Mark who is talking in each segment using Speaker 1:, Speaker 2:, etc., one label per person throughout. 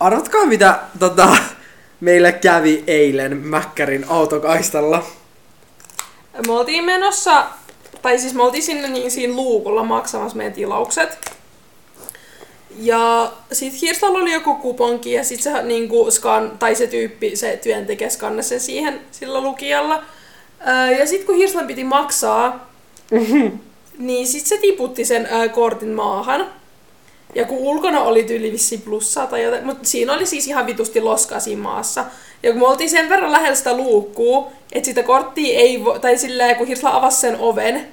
Speaker 1: Arvatkaa mitä tota, meillä kävi eilen Mäkkärin autokaistalla.
Speaker 2: Me oltiin menossa, tai siis me oltiin sinne niin siinä luukulla maksamassa meidän tilaukset. Ja sit Hirstalla oli joku kuponki ja sit se, niinku, skan, tai se tyyppi, se työntekijä skannasi sen siihen sillä lukijalla. Öö, ja sit kun Hirslan piti maksaa, niin sit se tiputti sen öö, kortin maahan. Ja kun ulkona oli tyyli vissiin plussaa tai jotain, mutta siinä oli siis ihan vitusti loskaa siinä maassa. Ja kun me oltiin sen verran lähellä sitä luukkuu, että sitä korttia ei vo- tai silleen kun Hirsla avasi sen oven,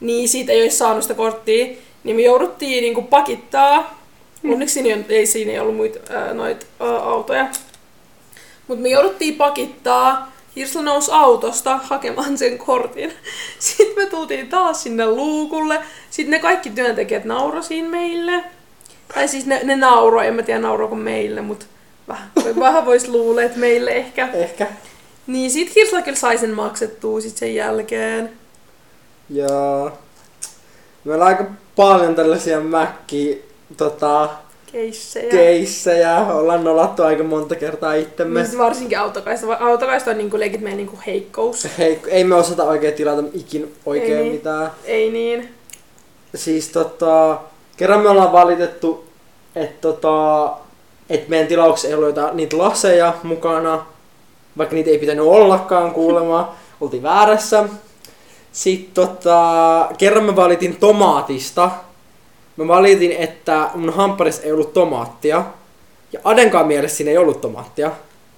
Speaker 2: niin siitä ei olisi saanut sitä korttia, niin me jouduttiin niinku pakittaa. Onneksi siinä ei, ollut- ei, siinä ei ollut muita ää, noita ää, autoja. Mutta me jouduttiin pakittaa. Hirsla nousi autosta hakemaan sen kortin. Sitten me tultiin taas sinne luukulle. Sitten ne kaikki työntekijät nauroi siinä meille. Tai siis ne, ne nauroi, en mä tiedä nauroiko meille, mutta vähän, vähän voisi luulla, että meille ehkä.
Speaker 1: Ehkä.
Speaker 2: Niin sit Hirsla kyllä sai sen maksettua sit sen jälkeen.
Speaker 1: Ja meillä on aika paljon tällaisia Mäkki tota,
Speaker 2: Keissejä.
Speaker 1: keissejä. Ollaan nolattu aika monta kertaa itsemme.
Speaker 2: Niin sit varsinkin autokaista. Va- Autokaista on niinku legit meidän niinku heikkous.
Speaker 1: Hei, ei me osata oikein tilata ikin oikein
Speaker 2: Ei niin.
Speaker 1: mitään.
Speaker 2: Ei niin.
Speaker 1: Siis tota, kerran me ollaan valitettu, että tota, et meidän tilauksessa ei ollut jotain, niitä laseja mukana, vaikka niitä ei pitänyt ollakaan kuulemma, oltiin väärässä. Sitten tota, kerran mä valitin tomaatista. Mä valitin, että mun hampparissa ei ollut tomaattia. Ja Adenkaan mielestä siinä ei ollut tomaattia.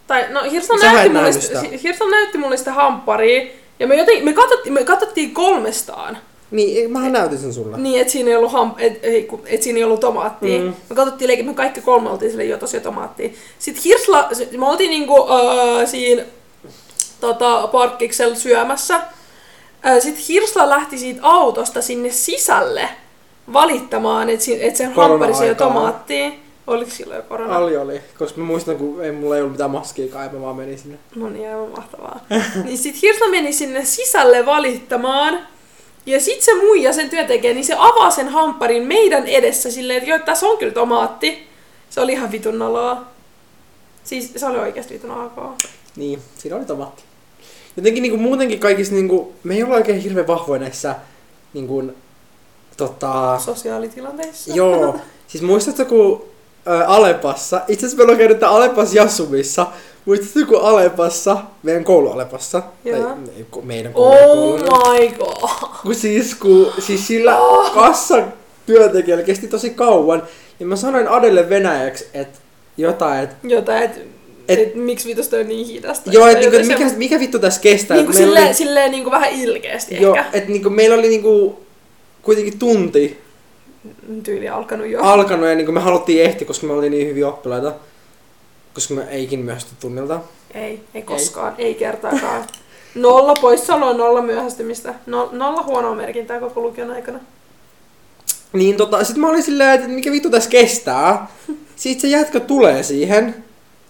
Speaker 2: Tai, no Hirsa
Speaker 1: Sähän
Speaker 2: näytti,
Speaker 1: et
Speaker 2: mulle,
Speaker 1: nähnyt sitä.
Speaker 2: sitä. Hirsa näytti mulle sitä hampparia. Ja me, joten, me, katsottiin, me katsottiin kolmestaan.
Speaker 1: Niin, mä näytin sen sulle.
Speaker 2: Niin, että siinä ei ollut, ham, et, ei, kun- et siinä ei ollut tomaattia.
Speaker 1: Mm.
Speaker 2: Mm. Me katsottiin leikin, me kaikki kolme oltiin sille jo tosiaan tomaattia. Sitten Hirsla, se- me oltiin niinku, öö, siinä tota, parkkiksella syömässä. Sitten Hirsla lähti siitä autosta sinne sisälle valittamaan, että et sen hampparissa jo
Speaker 1: Korona-aikaan.
Speaker 2: tomaattia. Oliko silloin jo korona?
Speaker 1: Ali Niin. oli, koska mä muistan, kun ei mulla ei ollut mitään maskia kai, mä vaan menin sinne.
Speaker 2: No niin, aivan mahtavaa. niin sit Hirsla meni sinne sisälle valittamaan. Ja sit se muija sen työntekijä, niin se avaa sen hampparin meidän edessä silleen, että joo, tässä on kyllä tomaatti. Se oli ihan vitun noloa. Siis se oli oikeasti vitun alkoa.
Speaker 1: Niin, siinä oli tomaatti. Jotenkin niin kuin muutenkin kaikissa, niin kuin, me ei olla oikein hirveän vahvoja näissä, niin kuin, tota,
Speaker 2: Sosiaalitilanteissa.
Speaker 1: joo. Siis muistatko, kun ö, Alepassa, itse asiassa meillä on käynyt tää Alepas Jasumissa, muistatko, kun Alepassa, meidän koulu Alepassa, tai,
Speaker 2: Joo.
Speaker 1: ei, ku- meidän koulu,
Speaker 2: Oh
Speaker 1: koulu
Speaker 2: my Oh. god.
Speaker 1: kun siis, kun, siis sillä kassan työntekijällä kesti tosi kauan, ja mä sanoin Adelle venäjäksi, että jotain, että
Speaker 2: Jotain, et, et, et miksi vitosta on niin hidasta.
Speaker 1: Joo, että
Speaker 2: Tai
Speaker 1: niinku, et
Speaker 2: jotain
Speaker 1: mikä,
Speaker 2: se-
Speaker 1: mikä vittu tässä kestää?
Speaker 2: Niinku
Speaker 1: kun meillä
Speaker 2: silleen, silleen niinku vähän ilkeästi
Speaker 1: Joo,
Speaker 2: ehkä.
Speaker 1: et niinku meillä oli niinku kuitenkin tunti
Speaker 2: Tyyli alkanut jo.
Speaker 1: alkanut ja niinku me haluttiin ehtiä, koska me oltiin niin hyviä oppilaita. Koska me eikin myöhästy tunnilta.
Speaker 2: Ei, ei koskaan, ei, ei kertaakaan. Nolla poissaoloa, nolla myöhästymistä. No, nolla huonoa merkintää koko lukion aikana.
Speaker 1: Niin tota, sit mä olin silleen, että mikä vittu tässä kestää. Sit se jätkä tulee siihen.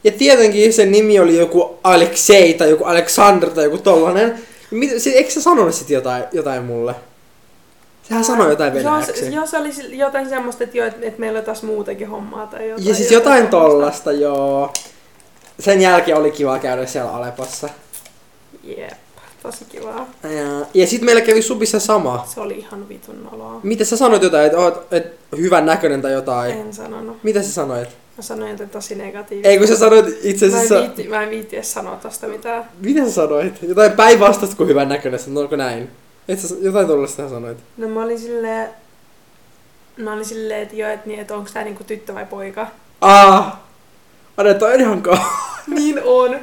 Speaker 1: Ja tietenkin sen nimi oli joku Aleksei tai joku Aleksandr tai joku tollanen. Mit, sit, eikö se sanonut sit jotain, jotain mulle? Sehän sanoi jotain venäjäksi.
Speaker 2: Joo, se, joo, se oli sil- jotain semmoista, että, jo, että, että meillä on taas muutakin hommaa tai jotain.
Speaker 1: Ja siis jotain
Speaker 2: semmoista.
Speaker 1: tollasta, joo. Sen jälkeen oli kiva käydä siellä Alepassa.
Speaker 2: Jep, tosi kivaa.
Speaker 1: Ja, ja sitten meillä kävi subissa sama.
Speaker 2: Se oli ihan vitun noloa.
Speaker 1: Mitä sä sanoit jotain, että oot et hyvän näköinen tai jotain?
Speaker 2: En sanonut.
Speaker 1: Mitä sä sanoit?
Speaker 2: Mä sanoin, että tosi negatiivista.
Speaker 1: Ei kun sä sanoit itse
Speaker 2: mä, en
Speaker 1: asiassa...
Speaker 2: viitti, mä en viitti edes sanoa tosta mitään.
Speaker 1: Mitä sä sanoit? Jotain päinvastaista kuin hyvän näköinen, sanoitko näin? Et sä, jotain tollaista sä sanoit.
Speaker 2: No mä olin silleen... Mä olin silleen, että joo, että, niin, että onko tää niinku tyttö vai poika.
Speaker 1: Aa! Ade, Ah! toi on ihan kova.
Speaker 2: Niin on.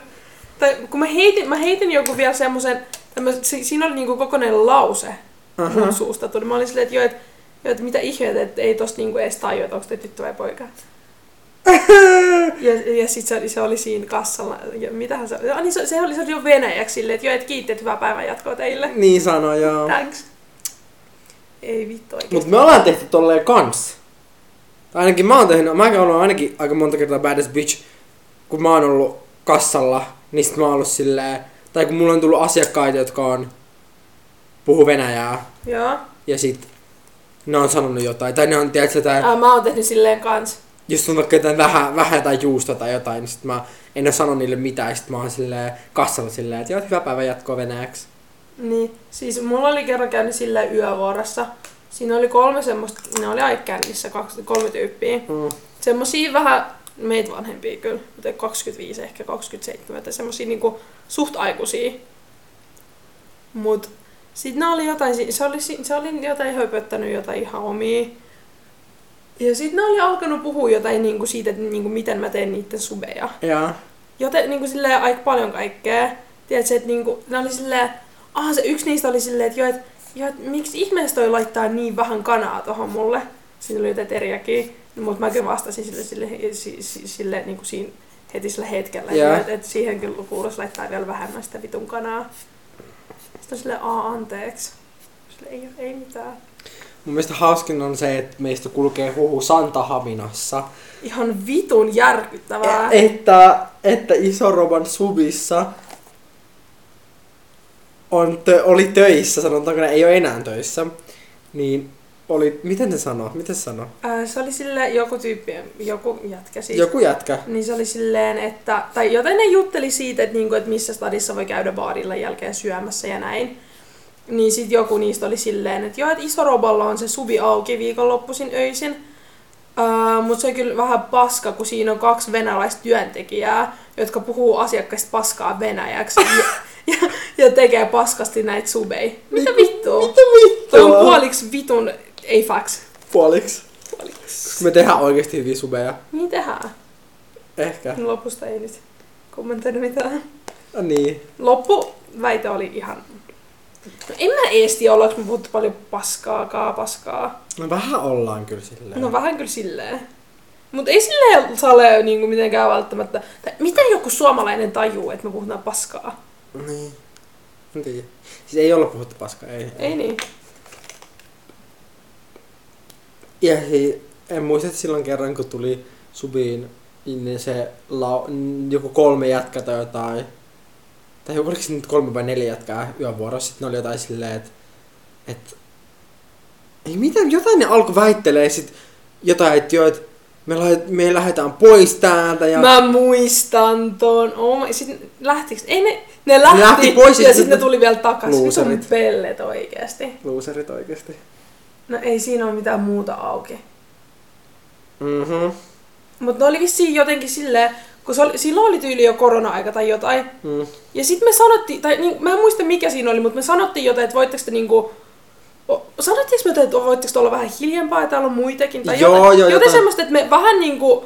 Speaker 2: Tai kun mä heitin, mä heitin joku vielä semmoisen, si, siinä oli niinku kokonainen lause mun suusta tuli. Mä olin silleen, että joo, että joo, et mitä ihmeitä, että ei tosta niinku edes tajua, että onko te tyttö vai poika. Ja, ja sit se, oli- se oli siinä kassalla, ja mitähän se, ah, niin se, se, oli, se oli jo venäjäksi silleen, että joo, että kiitti, että hyvää päivän jatkoa teille.
Speaker 1: niin sanoi, joo.
Speaker 2: Thanks. Ei vittu oikeesti.
Speaker 1: Mut me ollaan tehty tolleen kans. Tai ainakin mä oon tehnyt, mä oon ainakin aika monta kertaa badass bitch, kun mä oon ollut kassalla, niin sit mä oon ollut silleen, tai kun mulla on tullut asiakkaita, jotka on puhu venäjää,
Speaker 2: Joo.
Speaker 1: ja sit ne on sanonut jotain, tai ne on, tiedätkö, tää,
Speaker 2: Ää, mä oon tehnyt silleen kans.
Speaker 1: Just on vaikka jotain vähän, vähän tai juusta tai jotain, niin sit mä en oo sanonut niille mitään, sit mä oon silleen kassalla silleen, että joo, hyvä päivä jatkoa venäjäksi.
Speaker 2: Niin, siis mulla oli kerran käynyt sillä yövuorossa. Siinä oli kolme semmoista, ne oli aikakännissä, kaksi, kolme tyyppiä.
Speaker 1: Mm.
Speaker 2: Semmosia vähän meitä vanhempia kyllä, mutta 25 ehkä 27, tai semmosia niinku suht aikuisia. Mut sit ne oli jotain, si- se oli, si- se oli jotain höpöttänyt jotain ihan omia. Ja sit ne oli alkanut puhua jotain niinku siitä, että niinku miten mä teen niiden subeja.
Speaker 1: Joo.
Speaker 2: Joten niinku silleen aika paljon kaikkea. Tiedätkö, että niinku, ne oli silleen, ah se yksi niistä oli silleen, että joo, et, joo, et, miksi ihmeessä toi laittaa niin vähän kanaa tohon mulle? Siinä oli jotain teriäkin. Mutta mä kyllä vastasin sille, sille, sille, sille niinku siinä heti sillä hetkellä,
Speaker 1: Joo.
Speaker 2: että et siihen kyllä kuuloisi laittaa vielä vähemmän sitä vitun kanaa. Sitten on silleen, aa anteeksi. Sille, ei, ei mitään.
Speaker 1: Mun mielestä hauskin on se, että meistä kulkee huhu Santahaminassa,
Speaker 2: Ihan vitun järkyttävää.
Speaker 1: että, että Isoroban subissa on tö, oli töissä, sanotaanko ne ei ole enää töissä, niin oli, miten se sanoo, miten se sanoo?
Speaker 2: Ää, Se oli sille joku tyyppi, joku jätkä siis.
Speaker 1: Joku jätkä.
Speaker 2: Niin se oli silleen, että, tai joten ne jutteli siitä, että, niinku, että missä stadissa voi käydä baarilla jälkeen syömässä ja näin. Niin sit joku niistä oli silleen, että joo, että Isoroballa on se subi auki viikonloppuisin öisin. Uh, mutta se on kyllä vähän paska, kun siinä on kaksi venäläistä työntekijää, jotka puhuu asiakkaista paskaa venäjäksi ja, ja, ja tekee paskasti näitä subei. Mitä vittua?
Speaker 1: Mitä
Speaker 2: Toi on
Speaker 1: vittua?
Speaker 2: puoliksi vitun, ei fax.
Speaker 1: Puoliksi.
Speaker 2: Puoliksi.
Speaker 1: Koska me tehdään oikeasti hyviä subeja.
Speaker 2: Niin tehdään.
Speaker 1: Ehkä.
Speaker 2: Lopusta ei nyt kommentoida mitään.
Speaker 1: No niin.
Speaker 2: Loppuväite oli ihan... No en mä ees tiedä, ollaanko me puhuttu paljon paskaakaan paskaa.
Speaker 1: No vähän ollaan kyllä silleen.
Speaker 2: No vähän kyllä silleen. Mutta ei silleen sale niinku mitenkään välttämättä. Tai miten joku suomalainen tajuu, että me puhutaan paskaa?
Speaker 1: Niin. En tiedä. Siis ei olla puhuttu paskaa, ei.
Speaker 2: Ei niin.
Speaker 1: Ja hei, en muista, että silloin kerran kun tuli subiin, niin se lau, n- joku kolme jätkä tai jotain. Tai oliko se nyt kolme vai neljä jätkää yövuorossa, sitten ne oli jotain silleen, että... Et, ei mitään, jotain ne alkoi väittelee sit jotain, että joo, et me, lait, me lähdetään pois täältä ja...
Speaker 2: Ja. Mä muistan ton. Oh my. Sitten lähtikö? Ei ne, ne lähti,
Speaker 1: lähti pois ja
Speaker 2: ja
Speaker 1: sit
Speaker 2: sitten ne
Speaker 1: ne-
Speaker 2: tuli vielä takaisin. Nyt on
Speaker 1: Looserit.
Speaker 2: pellet oikeesti.
Speaker 1: Luuserit oikeesti.
Speaker 2: No ei siinä ole mitään muuta auki. Mm-hmm.
Speaker 1: Mhm.
Speaker 2: Mutta ne oli vissiin jotenkin silleen, kun se oli, silloin oli tyyli jo korona-aika tai jotain.
Speaker 1: Mm.
Speaker 2: Ja sitten me sanottiin, tai niin, mä en muista mikä siinä oli, mutta me sanottiin jotain, että voitteko te niinku... o- Sanottiinko me, jotain, että voitteko te olla vähän hiljempaa, että täällä on muitakin, tai
Speaker 1: Joo,
Speaker 2: jotain,
Speaker 1: joo,
Speaker 2: jotain
Speaker 1: jotain.
Speaker 2: semmoista, että me vähän niinku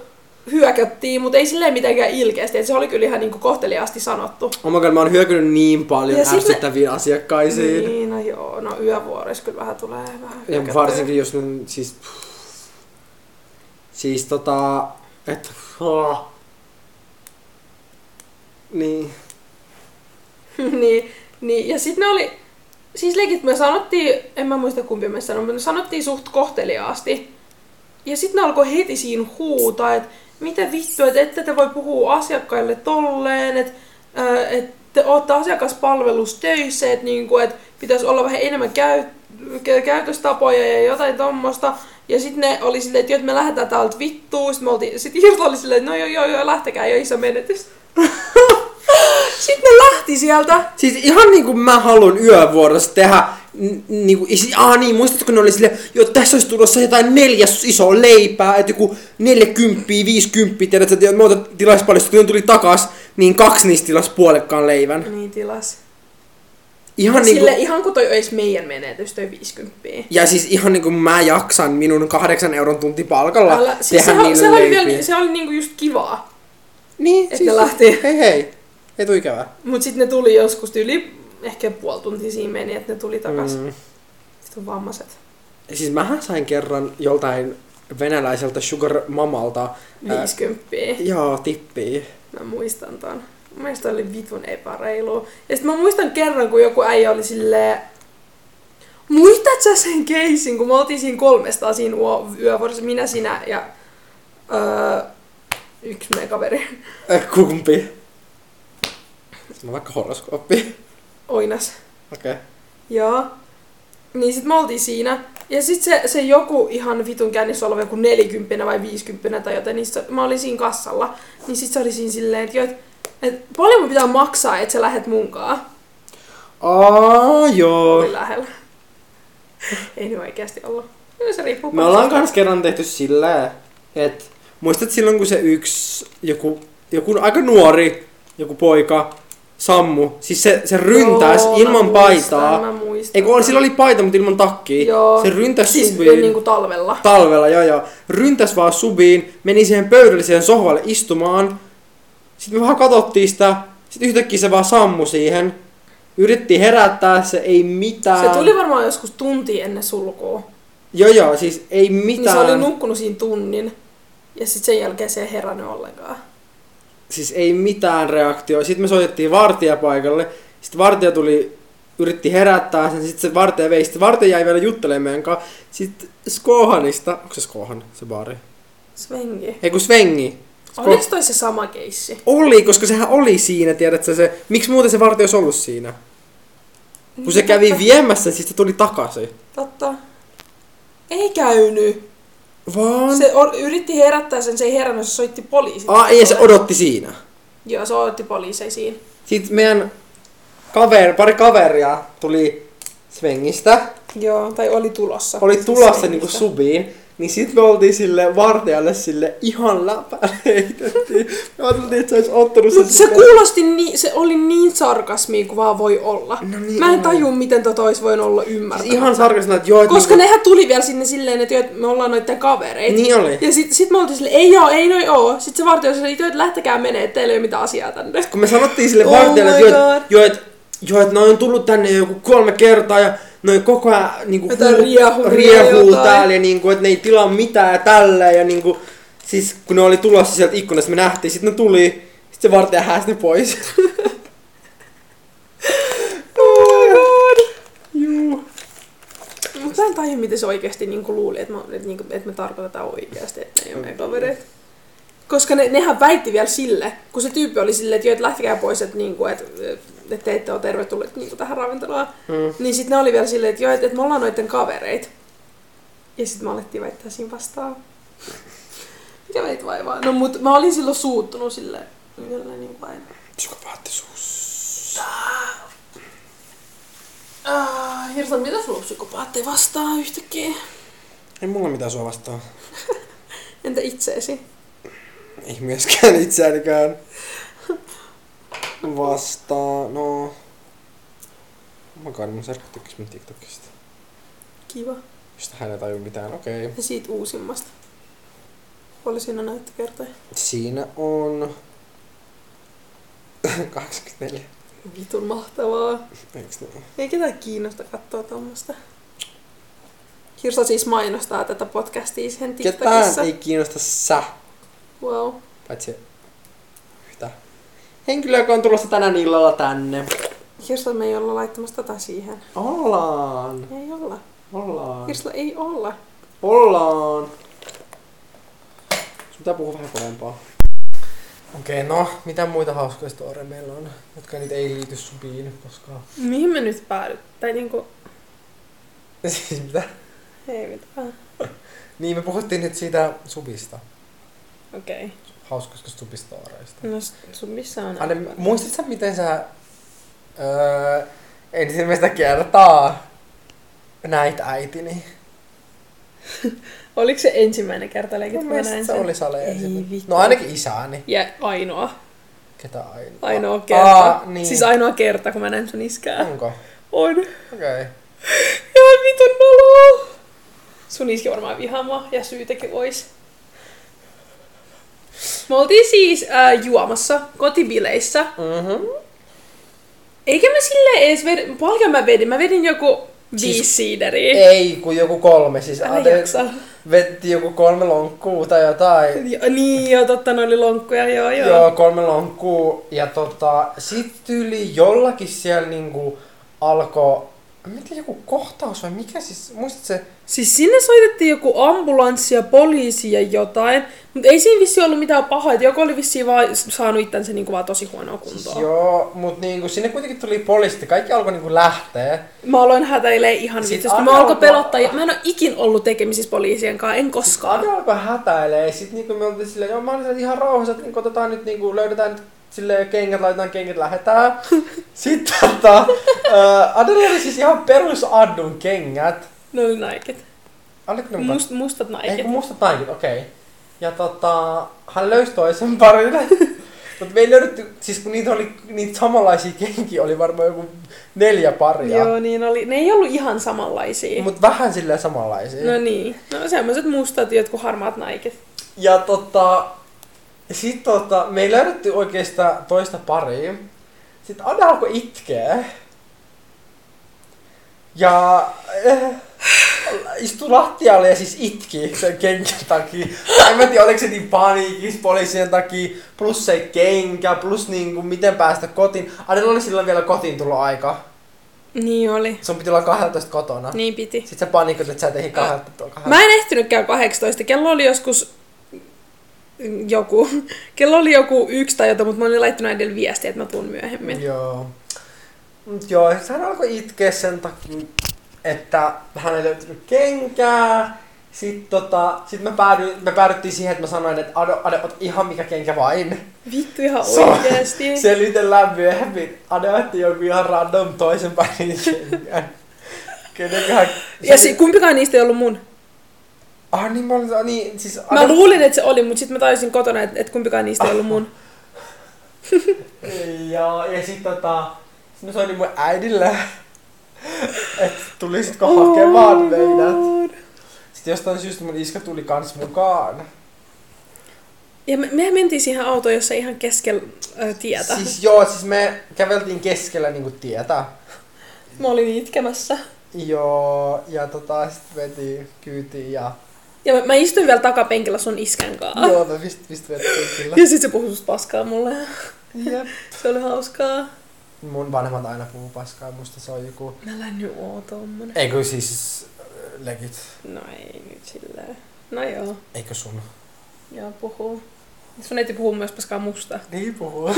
Speaker 2: hyökättiin, mutta ei silleen mitenkään ilkeästi, että se oli kyllä ihan niinku kohteliaasti sanottu.
Speaker 1: Oh my god, mä oon hyökynyt niin paljon
Speaker 2: Ja sit me-
Speaker 1: ärsyttäviin asiakkaisiin.
Speaker 2: Niin, no joo, no yövuoroissa kyllä vähän tulee vähän
Speaker 1: Ja
Speaker 2: hyökättyä.
Speaker 1: varsinkin jos ne siis... Siis tota... Et, oh. Niin.
Speaker 2: niin, niin, ja sitten ne oli, siis leikit me sanottiin, en mä muista kumpi me sanoi, mutta me sanottiin suht kohteliaasti. Ja sitten ne alkoi heti siinä huutaa, että mitä vittua, että ette te voi puhua asiakkaille tolleen, että ää, että te ootte asiakaspalvelustöissä, että niinku, et pitäisi olla vähän enemmän käy, kä- käytöstapoja ja jotain tommosta. Ja sitten ne oli silleen, että joo, et me lähdetään täältä vittuun. Sitten sit Hirto oli silleen, että no joo, joo, joo, lähtekää, jo iso menetys. sitten ne lähti sieltä.
Speaker 1: Siis ihan niinku mä haluan yövuorossa tehdä n- niinku, isi- ah niin, muistatko ne oli sille, joo tässä olisi tulossa jotain neljäs iso leipää, että joku 40, 50, tiedät että me otat tilas paljon, sitten kun ne tuli takas, niin kaksi niistä tilas puolekkaan leivän.
Speaker 2: Niin tilas.
Speaker 1: Ihan niinku,
Speaker 2: Sille ihan Niin kun toi olisi meidän menetys, toi 50.
Speaker 1: ja siis ihan niinku mä jaksan minun kahdeksan euron tuntipalkalla
Speaker 2: Älä, siis
Speaker 1: tehdä
Speaker 2: sehän,
Speaker 1: niille
Speaker 2: sehän oli,
Speaker 1: leipiä.
Speaker 2: vielä, se oli niinku just kivaa.
Speaker 1: Niin,
Speaker 2: Et ne lähti.
Speaker 1: Hei hei, ei tuu ikävää.
Speaker 2: Mut sitten ne tuli joskus yli ehkä puoli tuntia siinä meni, että ne tuli takas. Mm. Sitten on vammaiset.
Speaker 1: Siis mähän sain kerran joltain venäläiseltä Sugar Mamalta ää,
Speaker 2: 50.
Speaker 1: joo, tippii.
Speaker 2: Mä muistan ton. Mun mielestä oli vitun epäreilu. Ja sitten mä muistan kerran, kun joku äijä oli silleen... Muistat sä sen keisin, kun me oltiin siinä kolmesta siinä uo- yövuorossa, minä, sinä ja öö, yksi meidän kaveri,
Speaker 1: Äh, kumpi? Siis Mä vaikka horoskooppi.
Speaker 2: Oinas.
Speaker 1: Okei. Okay.
Speaker 2: Joo. Niin sit me oltiin siinä. Ja sit se, se joku ihan vitun kännissä oleva, joku 40 vai 50 tai jotain, niin sit se, mä olin siinä kassalla. Niin sit se oli siinä silleen, että, joo, että, että paljon mun pitää maksaa, että sä lähet munkaan.
Speaker 1: Aa, joo.
Speaker 2: Oli lähellä. Ei nyt oikeasti ollut. Kyllä se riippuu.
Speaker 1: Me ollaan kans kerran tehty sillä, että muistat silloin kun se yksi, joku, joku aika nuori, joku poika, Sammu, siis se, se ryntäs
Speaker 2: Joo, mä
Speaker 1: ilman
Speaker 2: muistan, Mä
Speaker 1: paitaa.
Speaker 2: muistan.
Speaker 1: Ei kun oli- sillä oli paita, mutta ilman takkia. Se ryntäs
Speaker 2: siis
Speaker 1: subiin.
Speaker 2: niinku talvella.
Speaker 1: Talvella, joo joo. Ryntäs vaan subiin, meni siihen pöydälliseen sohvalle istumaan. Sitten me vähän katsottiin sitä. Sitten yhtäkkiä se vaan sammu siihen. Yritti herättää, se ei mitään.
Speaker 2: Se tuli varmaan joskus tunti ennen sulkua.
Speaker 1: Joo joo, siis ei mitään.
Speaker 2: Niin se oli nukkunut siinä tunnin. Ja sitten sen jälkeen se ei herännyt ollenkaan.
Speaker 1: Siis ei mitään reaktioa. Sitten me soitettiin vartija paikalle. Sitten vartija tuli, yritti herättää sen. Sitten se vartija vei. Sitten vartija jäi vielä juttelemaan meidän kanssa. Sitten Skohanista. Onko se Skohan, se baari?
Speaker 2: Svengi.
Speaker 1: Ei kun Svengi.
Speaker 2: Oliko toi se sama keissi?
Speaker 1: Oli, koska sehän oli siinä, tiedätkö se. Miksi muuten se vartija olisi ollut siinä? Kun se
Speaker 2: Niin,
Speaker 1: kävi
Speaker 2: totta.
Speaker 1: viemässä, niin sitten se tuli takaisin.
Speaker 2: Totta. Ei käynyt.
Speaker 1: Vaan... Se...
Speaker 2: Se or, yritti herättää sen, se ei herännyt, se soitti poliisit.
Speaker 1: Aa, ei, ja se odotti siinä.
Speaker 2: Joo, se odotti poliiseja siinä.
Speaker 1: Sitten meidän kaver, pari kaveria tuli Svengistä.
Speaker 2: Joo, tai oli tulossa.
Speaker 1: Oli
Speaker 2: Siis
Speaker 1: tulossa
Speaker 2: Svengistä.
Speaker 1: niinku subiin. Niin sit me oltiin sille vartijalle sille ihan läpäällä heitettiin. Me ajateltiin, että se olisi ottanut sen.
Speaker 2: Mut se
Speaker 1: sinne.
Speaker 2: kuulosti niin, se oli niin sarkasmia kuin vaan voi olla.
Speaker 1: No niin
Speaker 2: Mä en
Speaker 1: on.
Speaker 2: tajua, miten tota olisi voinut olla ymmärtämättä.
Speaker 1: Siis ihan sarkasena, että joo, että
Speaker 2: Koska nehän tuli vielä sinne silleen, että, joo, että me ollaan noitten kavereita.
Speaker 1: Niin oli.
Speaker 2: Ja sit, sit mä oltiin silleen, ei joo, ei noi oo. Sit se vartija oli silleen, joo, että lähtekää menee, että teillä ei ole mitään asiaa tänne.
Speaker 1: Kun me sanottiin sille
Speaker 2: Oh
Speaker 1: vartijalle,
Speaker 2: my
Speaker 1: että joo,
Speaker 2: God.
Speaker 1: et- joo, että joo, et ne on tullut tänne jo joku kolme kertaa ja ne on koko ajan niinku,
Speaker 2: Jotain riehuu
Speaker 1: riehuu
Speaker 2: jotain.
Speaker 1: täällä ja niinku, että ne ei tilaa mitään ja tällä ja niinku, siis kun ne oli tulossa sieltä ikkunasta, me nähtiin, sitten ne tuli, sitten se vartija hääsi ne pois. oh my god! Juu.
Speaker 2: Mut mä en tajua, miten se oikeesti niinku luuli, että, mä, että, niinku, että me tarkoitetaan oikeasti, että ne ei ole meidän kavereita. Koska ne, nehän väitti vielä sille, kun se tyyppi oli silleen, että joo, että lähtekää pois, että, niinku, että, että te ette ole tervetulleet niinku, tähän ravintolaan.
Speaker 1: Mm.
Speaker 2: Niin sitten ne oli vielä silleen, että joo, että, että me ollaan noiden kavereita. Ja sitten me alettiin väittää siinä vastaan. Mikä meitä vaivaa? No mut mä olin silloin suuttunut silleen. Yhdellä niin vain.
Speaker 1: Psykopaattisuus.
Speaker 2: Ah, Hirtan, mitä sulla psykopaatti vastaa yhtäkkiä?
Speaker 1: Ei mulla mitään sua vastaan.
Speaker 2: Entä itseesi?
Speaker 1: Ei myöskään itseäänikään vastaan. No. Mä kaadin mun serkku tykkäs mun TikTokista.
Speaker 2: Kiva.
Speaker 1: Josta hän ei tajua mitään, okei. Okay.
Speaker 2: Ja siitä uusimmasta. Oli siinä näyttökertoja.
Speaker 1: Siinä on... 24.
Speaker 2: Vitun mahtavaa.
Speaker 1: Eiks niin?
Speaker 2: Ei ketään kiinnosta katsoa tuommoista. Kirsta siis mainostaa tätä podcastia sen
Speaker 1: Ketään
Speaker 2: TikTokissa.
Speaker 1: ei kiinnosta sä,
Speaker 2: Wow.
Speaker 1: paitsi yhtä henkilöä, joka on tulossa tänään illalla tänne.
Speaker 2: Kirsta, me ei olla laittamassa tätä siihen.
Speaker 1: Ollaan.
Speaker 2: Ei olla.
Speaker 1: Ollaan.
Speaker 2: Kirsta ei olla.
Speaker 1: Ollaan. Sun pitää puhua vähän kovempaa. Okei, no, mitä muita hauskoja storeja meillä on, jotka nyt ei liity subiin koskaan?
Speaker 2: Mihin me nyt päädyt? Tai niinku,
Speaker 1: siis mitä?
Speaker 2: ei mitään.
Speaker 1: Niin, me puhuttiin nyt siitä subista.
Speaker 2: Okei.
Speaker 1: Hauskoista subistoreista.
Speaker 2: No sun missä on?
Speaker 1: Anne, muistat sä, miten sä öö, ensimmäistä kertaa näit äitini?
Speaker 2: Oliko se ensimmäinen kerta leikit,
Speaker 1: Mun
Speaker 2: kun mä näin
Speaker 1: mielestä se
Speaker 2: sen?
Speaker 1: oli sale
Speaker 2: Ei
Speaker 1: ensimmäinen.
Speaker 2: vittu.
Speaker 1: No ainakin isäni.
Speaker 2: Ja ainoa.
Speaker 1: Ketä ainoa?
Speaker 2: Ainoa kerta.
Speaker 1: Aa, niin.
Speaker 2: Siis ainoa kerta, kun mä näin sun iskää.
Speaker 1: Onko?
Speaker 2: On.
Speaker 1: Okei. Okay.
Speaker 2: Ihan vitun noloa. Sun iski varmaan vihaamaa ja syytäkin vois. Me oltiin siis äh, juomassa kotibileissä. Mm-hmm.
Speaker 1: Mhm.
Speaker 2: Eikä mä sille edes vedin, paljon mä vedin, mä vedin joku
Speaker 1: Siis-
Speaker 2: viisi siideriä.
Speaker 1: Ei, kun joku kolme. Siis
Speaker 2: Älä
Speaker 1: Ade
Speaker 2: jaksa.
Speaker 1: vetti joku kolme lonkkuu tai jotain.
Speaker 2: Jo, niin joo, totta, ne oli lonkkuja, joo joo.
Speaker 1: Joo, Joo kolme lonkkuu. Ja tota, sit tyyli jollakin siellä niinku alkoi Mitä joku kohtaus vai mikä siis? Muistat se?
Speaker 2: Siis sinne soitettiin joku ambulanssi ja poliisi ja jotain, mutta ei siinä vissiin ollut mitään pahaa, että joku oli vissiin vaan saanut itsensä niinku vaan tosi huonoa kuntoa.
Speaker 1: Siis joo, mutta niinku, sinne kuitenkin tuli poliisit ja kaikki alkoi niinku lähteä.
Speaker 2: Mä aloin hätäilee ihan
Speaker 1: Siis
Speaker 2: vitsosta. Mä
Speaker 1: Anna
Speaker 2: alkoi
Speaker 1: on-
Speaker 2: pelottaa. ja Mä en ole ikin ollut tekemisissä poliisien kanssa, en koskaan.
Speaker 1: Adi alkoi hätäilee, sit niinku me oltiin silleen, joo mä olin siellä ihan rauhassa, että niinku otetaan nyt niinku, löydetään nyt silleen kengät, laitetaan kengät, lähetään. Sitten tota, ää, Adella oli siis ihan perus Addun kengät.
Speaker 2: Ne oli naiket.
Speaker 1: Oliko ne muka-
Speaker 2: Must, mustat
Speaker 1: Ei
Speaker 2: naiket.
Speaker 1: kun mustat naiset, okei. Ja tota, hän löysi toisen parin. Mutta me ei löydetty, siis kun niitä oli, niitä samanlaisia kenkiä oli varmaan joku neljä paria.
Speaker 2: Joo, niin oli. Ne ei ollut ihan samanlaisia.
Speaker 1: Mut vähän silleen samanlaisia.
Speaker 2: No niin. No semmoiset mustat ja jotkut harmaat naiket.
Speaker 1: Ja tota, sit tota, me ei löydetty oikeastaan toista paria. Sitten Anna alkoi itkeä. Ja äh, istui lattialle ja siis itki sen kenkän takia. En mä tiedä, oliko se niin paniikis poliisien takia, plus se kenkä, plus niinku miten päästä kotiin. Adella oli silloin vielä kotiin tullut aika.
Speaker 2: Niin oli.
Speaker 1: Sun piti olla 12 kotona. Niin.
Speaker 2: Niin piti.
Speaker 1: Sitten sä paniikot, että sä et ehdi kahdelta.
Speaker 2: Mä en ehtinytkään 18. Kello oli joskus joku. Kello oli joku yksi tai jotain, mutta mä olin laittanut äidille viestiä, että mä tuun myöhemmin.
Speaker 1: Joo. Mut joo, sit hän alkoi itkeä sen takia, että hän ei löytynyt kenkää. Sitten tota, sit me, päädy, me päädyttiin siihen, että mä sanoin, että Ade, Ade ota ihan mikä kenkä vain.
Speaker 2: Vittu ihan
Speaker 1: Se-
Speaker 2: oikeesti.
Speaker 1: Selitellään myöhemmin. Ade otti joku ihan random toisen parin kenkään. Kenenköhän...
Speaker 2: Ja si- kumpikaan niistä ei ollut mun.
Speaker 1: Ah niin, mä olin, ah, niin siis...
Speaker 2: Mä luulin, että se oli, mutta sitten mä tajusin kotona, että, että kumpikaan niistä ei ollut mun.
Speaker 1: Joo, ja sit tota... Sit mä soitin mun äidille. että tulisitko
Speaker 2: Oh
Speaker 1: hakemaan
Speaker 2: my
Speaker 1: meidät.
Speaker 2: god.
Speaker 1: Sitten jostain syystä mun iskä tuli kans mukaan.
Speaker 2: Ja me, mehän mentiin siihen autoon, jossa ihan keskellä äh, tietä. Siis...
Speaker 1: Siis joo, siis me käveltiin keskellä niinku tietä.
Speaker 2: Mä olin itkemässä.
Speaker 1: Joo, ja tota sit vetiin kyytiin ja...
Speaker 2: Ja mä, mä istuin vielä takapenkillä sun iskän kanssa.
Speaker 1: Joo, me vist, vist vetiin kyllä.
Speaker 2: Ja sit se puhui susta paskaa mulle.
Speaker 1: Jep.
Speaker 2: Se oli hauskaa.
Speaker 1: Mun vanhemmat aina puhuu paskaa, musta se on joku...
Speaker 2: Mä en nyt oo tommonen.
Speaker 1: Eikö siis... äh, Legit.
Speaker 2: No ei nyt silleen. No joo,
Speaker 1: Eikö sun?
Speaker 2: joo puhuu. Sun äiti puhuu myös paskaa musta.
Speaker 1: Niin puhuu.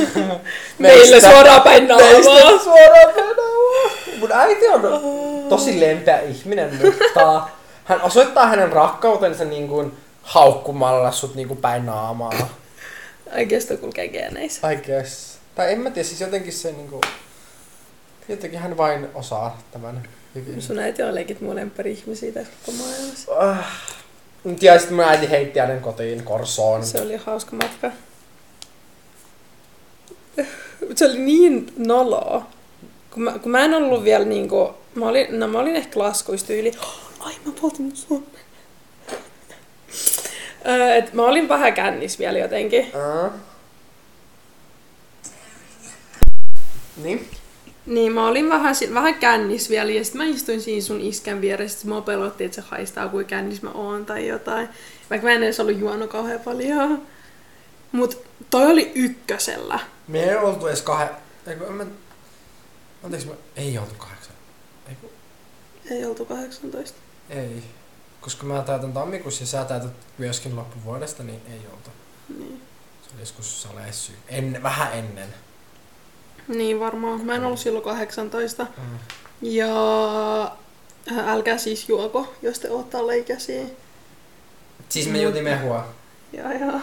Speaker 2: Meille suoraan päin
Speaker 1: Meistä
Speaker 2: naamaa.
Speaker 1: suoraan päin naamaa. Mun äiti on tosi lempeä ihminen, mutta hän osoittaa hänen rakkautensa niin kuin haukkumalla sut niin kuin päin naamaa.
Speaker 2: Oikeastaan kulkee geeneissä.
Speaker 1: I guess. Tai en mä tiedä, siis jotenkin se niin kuin, jotenkin hän vain osaa tämän hyvin.
Speaker 2: Sun äiti on leikit mun lempäri ihmisiä tässä koko maailmassa.
Speaker 1: Ah. Mut Ja sitten mun äiti heitti hänen kotiin korsoon.
Speaker 2: Se oli hauska matka. Mut Se oli niin noloa. Kun mä, kun mä en ollut vielä niinku... Mä olin, no mä olin ehkä laskuistyyli. Ai mä poltin mun suomen. Ö, Et mä olin vähän kännis vielä jotenkin.
Speaker 1: Ah. Niin.
Speaker 2: Niin mä olin vähän, si- vähän kännis vielä ja sitten mä istuin siinä sun iskän vieressä. Sit Mua pelotti, että se haistaa kuin kännis mä oon tai jotain. Vaikka mä en edes ollut juonut kauhean paljon. Mut toi oli ykkösellä.
Speaker 1: Me ei oltu edes kahden... Eikö, en mä... Anteeksi, mä... Ei oltu kahdeksan. Eikö?
Speaker 2: Ei oltu 18.
Speaker 1: Ei. Koska mä täytän tammikuussa ja sä täytät myöskin loppuvuodesta, niin ei oltu.
Speaker 2: Niin.
Speaker 1: Se oli joskus saleessy. En, vähän ennen.
Speaker 2: Niin varmaan. Mä en ollut silloin 18.
Speaker 1: Mm.
Speaker 2: Ja äh, älkää siis juoko, jos te ootte alaikäisiä.
Speaker 1: Siis me juotiin mehua.
Speaker 2: Ja, ja.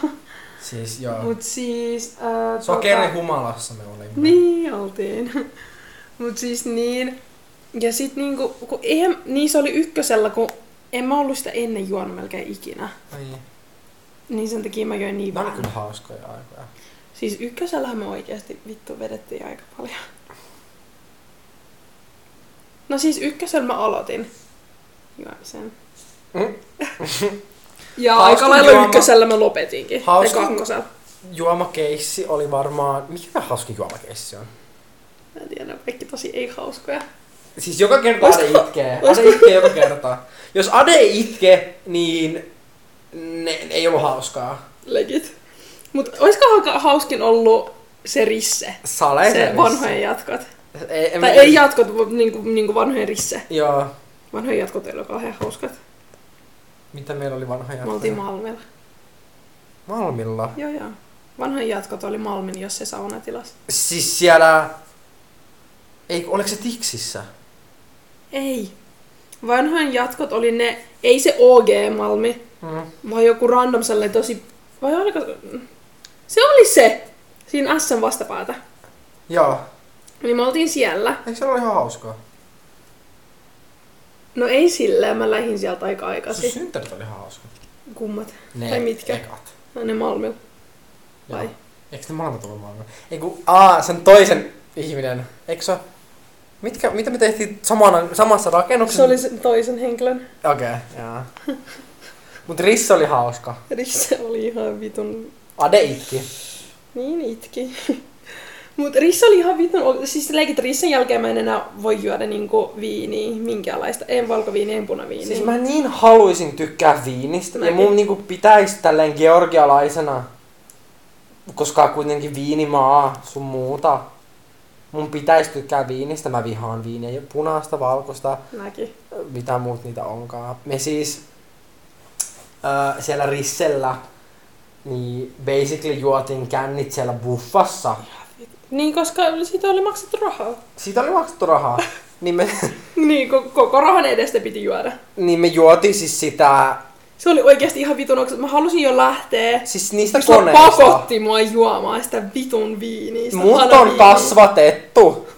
Speaker 1: Siis joo.
Speaker 2: Mut siis... Äh,
Speaker 1: Sokeri humalassa me olimme.
Speaker 2: Niin oltiin. Mut siis niin. Ja sit niinku, kun eihän, niin se oli ykkösellä, kun en mä ollut sitä ennen juonut melkein ikinä.
Speaker 1: Ai.
Speaker 2: Niin sen takia mä join niin
Speaker 1: Nämä oli
Speaker 2: vähän.
Speaker 1: kyllä hauskoja aikoja.
Speaker 2: Siis ykkösellähän me oikeasti vittu vedettiin aika paljon. No siis ykkösellä mä aloitin juomisen.
Speaker 1: Mm.
Speaker 2: ja
Speaker 1: Hauskin
Speaker 2: aika lailla
Speaker 1: juoma.
Speaker 2: ykkösellä mä lopetinkin.
Speaker 1: Hauskin-
Speaker 2: Tai kakkosella.
Speaker 1: Juomakeissi oli varmaan... Mikä tämä hauskin juomakeissi on?
Speaker 2: Mä en tiedä, ne on kaikki tosi ei hauskoja.
Speaker 1: Siis joka kerta Ade
Speaker 2: Olisiko-
Speaker 1: itkee. Ade
Speaker 2: olisiko-
Speaker 1: itkee joka kerta. Jos Ade ei itke, niin ne, ne ei ollut hauskaa.
Speaker 2: Legit. Mut oisko hauskin ollut se risse?
Speaker 1: Sale
Speaker 2: se vanhojen jatkot.
Speaker 1: Ei, en
Speaker 2: Tai
Speaker 1: mä-
Speaker 2: ei jatkot niin kuin, niin kuin vanhojen risse.
Speaker 1: Joo.
Speaker 2: Vanhojen jatkot ei ole kauhean hauskat.
Speaker 1: Mitä meillä oli vanha
Speaker 2: Me
Speaker 1: jatko?
Speaker 2: oltiin Malmilla.
Speaker 1: Malmilla.
Speaker 2: Joo joo. Vanhojen jatkot oli Malmin, jos se saunatilas.
Speaker 1: Siis siellä... Ei, oliko se Tiksissä?
Speaker 2: Ei. Vanhojen jatkot oli ne, ei se OG Malmi,
Speaker 1: Mm.
Speaker 2: vaan joku random sellainen tosi... Vai oliko... Se oli se! Siinä S:n vastapäätä.
Speaker 1: Joo.
Speaker 2: Niin me oltiin siellä.
Speaker 1: Eikö se ole ihan hauskaa?
Speaker 2: No ei silleen, mä lähdin sieltä aika
Speaker 1: Sun
Speaker 2: aikaisin.
Speaker 1: synttärit oli ihan hauska.
Speaker 2: Kummat. Tai mitkä?
Speaker 1: Ekat.
Speaker 2: No ne Malmilla.
Speaker 1: Joo.
Speaker 2: Vai?
Speaker 1: Eikö ne molemmat ollut maailma? Ei kun, aa, sen toisen ihminen. Eikö se? Mitkä, mitä me tehtiin samana, samassa
Speaker 2: Se
Speaker 1: rakennuksessa?
Speaker 2: oli sen toisen henkilön.
Speaker 1: Okei, okay, joo. Mut Risse oli hauska.
Speaker 2: Risse oli ihan vitun...
Speaker 1: Ade itki.
Speaker 2: Niin itki. Mut Risse oli ihan vitun... o- Siis leikit Rissen jälkeen mä en enää voi juoda niinku viiniä, minkäänlaista. En valkoviiniä, en punaviiniä.
Speaker 1: Siis mä niin haluaisin tykkää viinistä. Ja
Speaker 2: Mäkin.
Speaker 1: mun niinku pitäis tälleen georgialaisena, koska kuitenkin viinimaa sun muuta. Mun pitäis tykkää viinistä. Mä vihaan viiniä ja punaista, valkoista,
Speaker 2: Mäkin.
Speaker 1: mitä muut niitä onkaan. Me siis äh, siellä Rissellä niin basically juotiin kännit siellä buffassa.
Speaker 2: Niin, koska siitä oli maksettu rahaa.
Speaker 1: Siitä oli maksettu rahaa. niin, me,
Speaker 2: Niin, ko- koko rahan edestä piti juoda.
Speaker 1: niin me juotiin siis sitä,
Speaker 2: Se oli oikeasti ihan vitun oksa. Mä halusin jo lähteä.
Speaker 1: siis niistä
Speaker 2: Miksi ne
Speaker 1: koneista.
Speaker 2: pakotti mua juomaan sitä vitun viiniä? sitä
Speaker 1: Mut on
Speaker 2: hanaviiniä?
Speaker 1: kasvatettu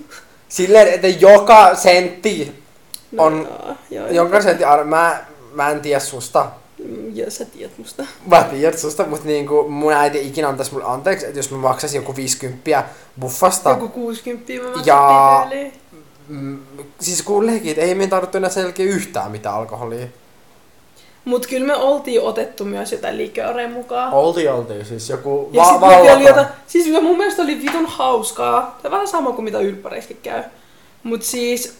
Speaker 1: silleen, että joka sentti,
Speaker 2: No
Speaker 1: on-
Speaker 2: joo, joo,
Speaker 1: joka sentti, ar- mä, mä en tiedä susta.
Speaker 2: Mm, Joo, sä tiedät musta.
Speaker 1: Mä tiedän susta, mutta niinku mun äiti ei ikinä antaisi mulle anteeksi, että jos mä maksaisin joku 50 buffasta.
Speaker 2: Joku 60 mä maksin
Speaker 1: Ja-
Speaker 2: tyyliin.
Speaker 1: Mm, siis kun legit, ei meidän tarvittu enää sen jälkeen yhtään mitään alkoholia.
Speaker 2: Mut kyllä me oltiin otettu myös jotain likööreä mukaan.
Speaker 1: Oltiin, oltiin. Siis joku
Speaker 2: ja sit me
Speaker 1: vallaton.
Speaker 2: vielä jotain, siis mitä mun mielestä oli vitun hauskaa. Tai vähän sama kuin mitä ylppäreissäkin käy. Mut siis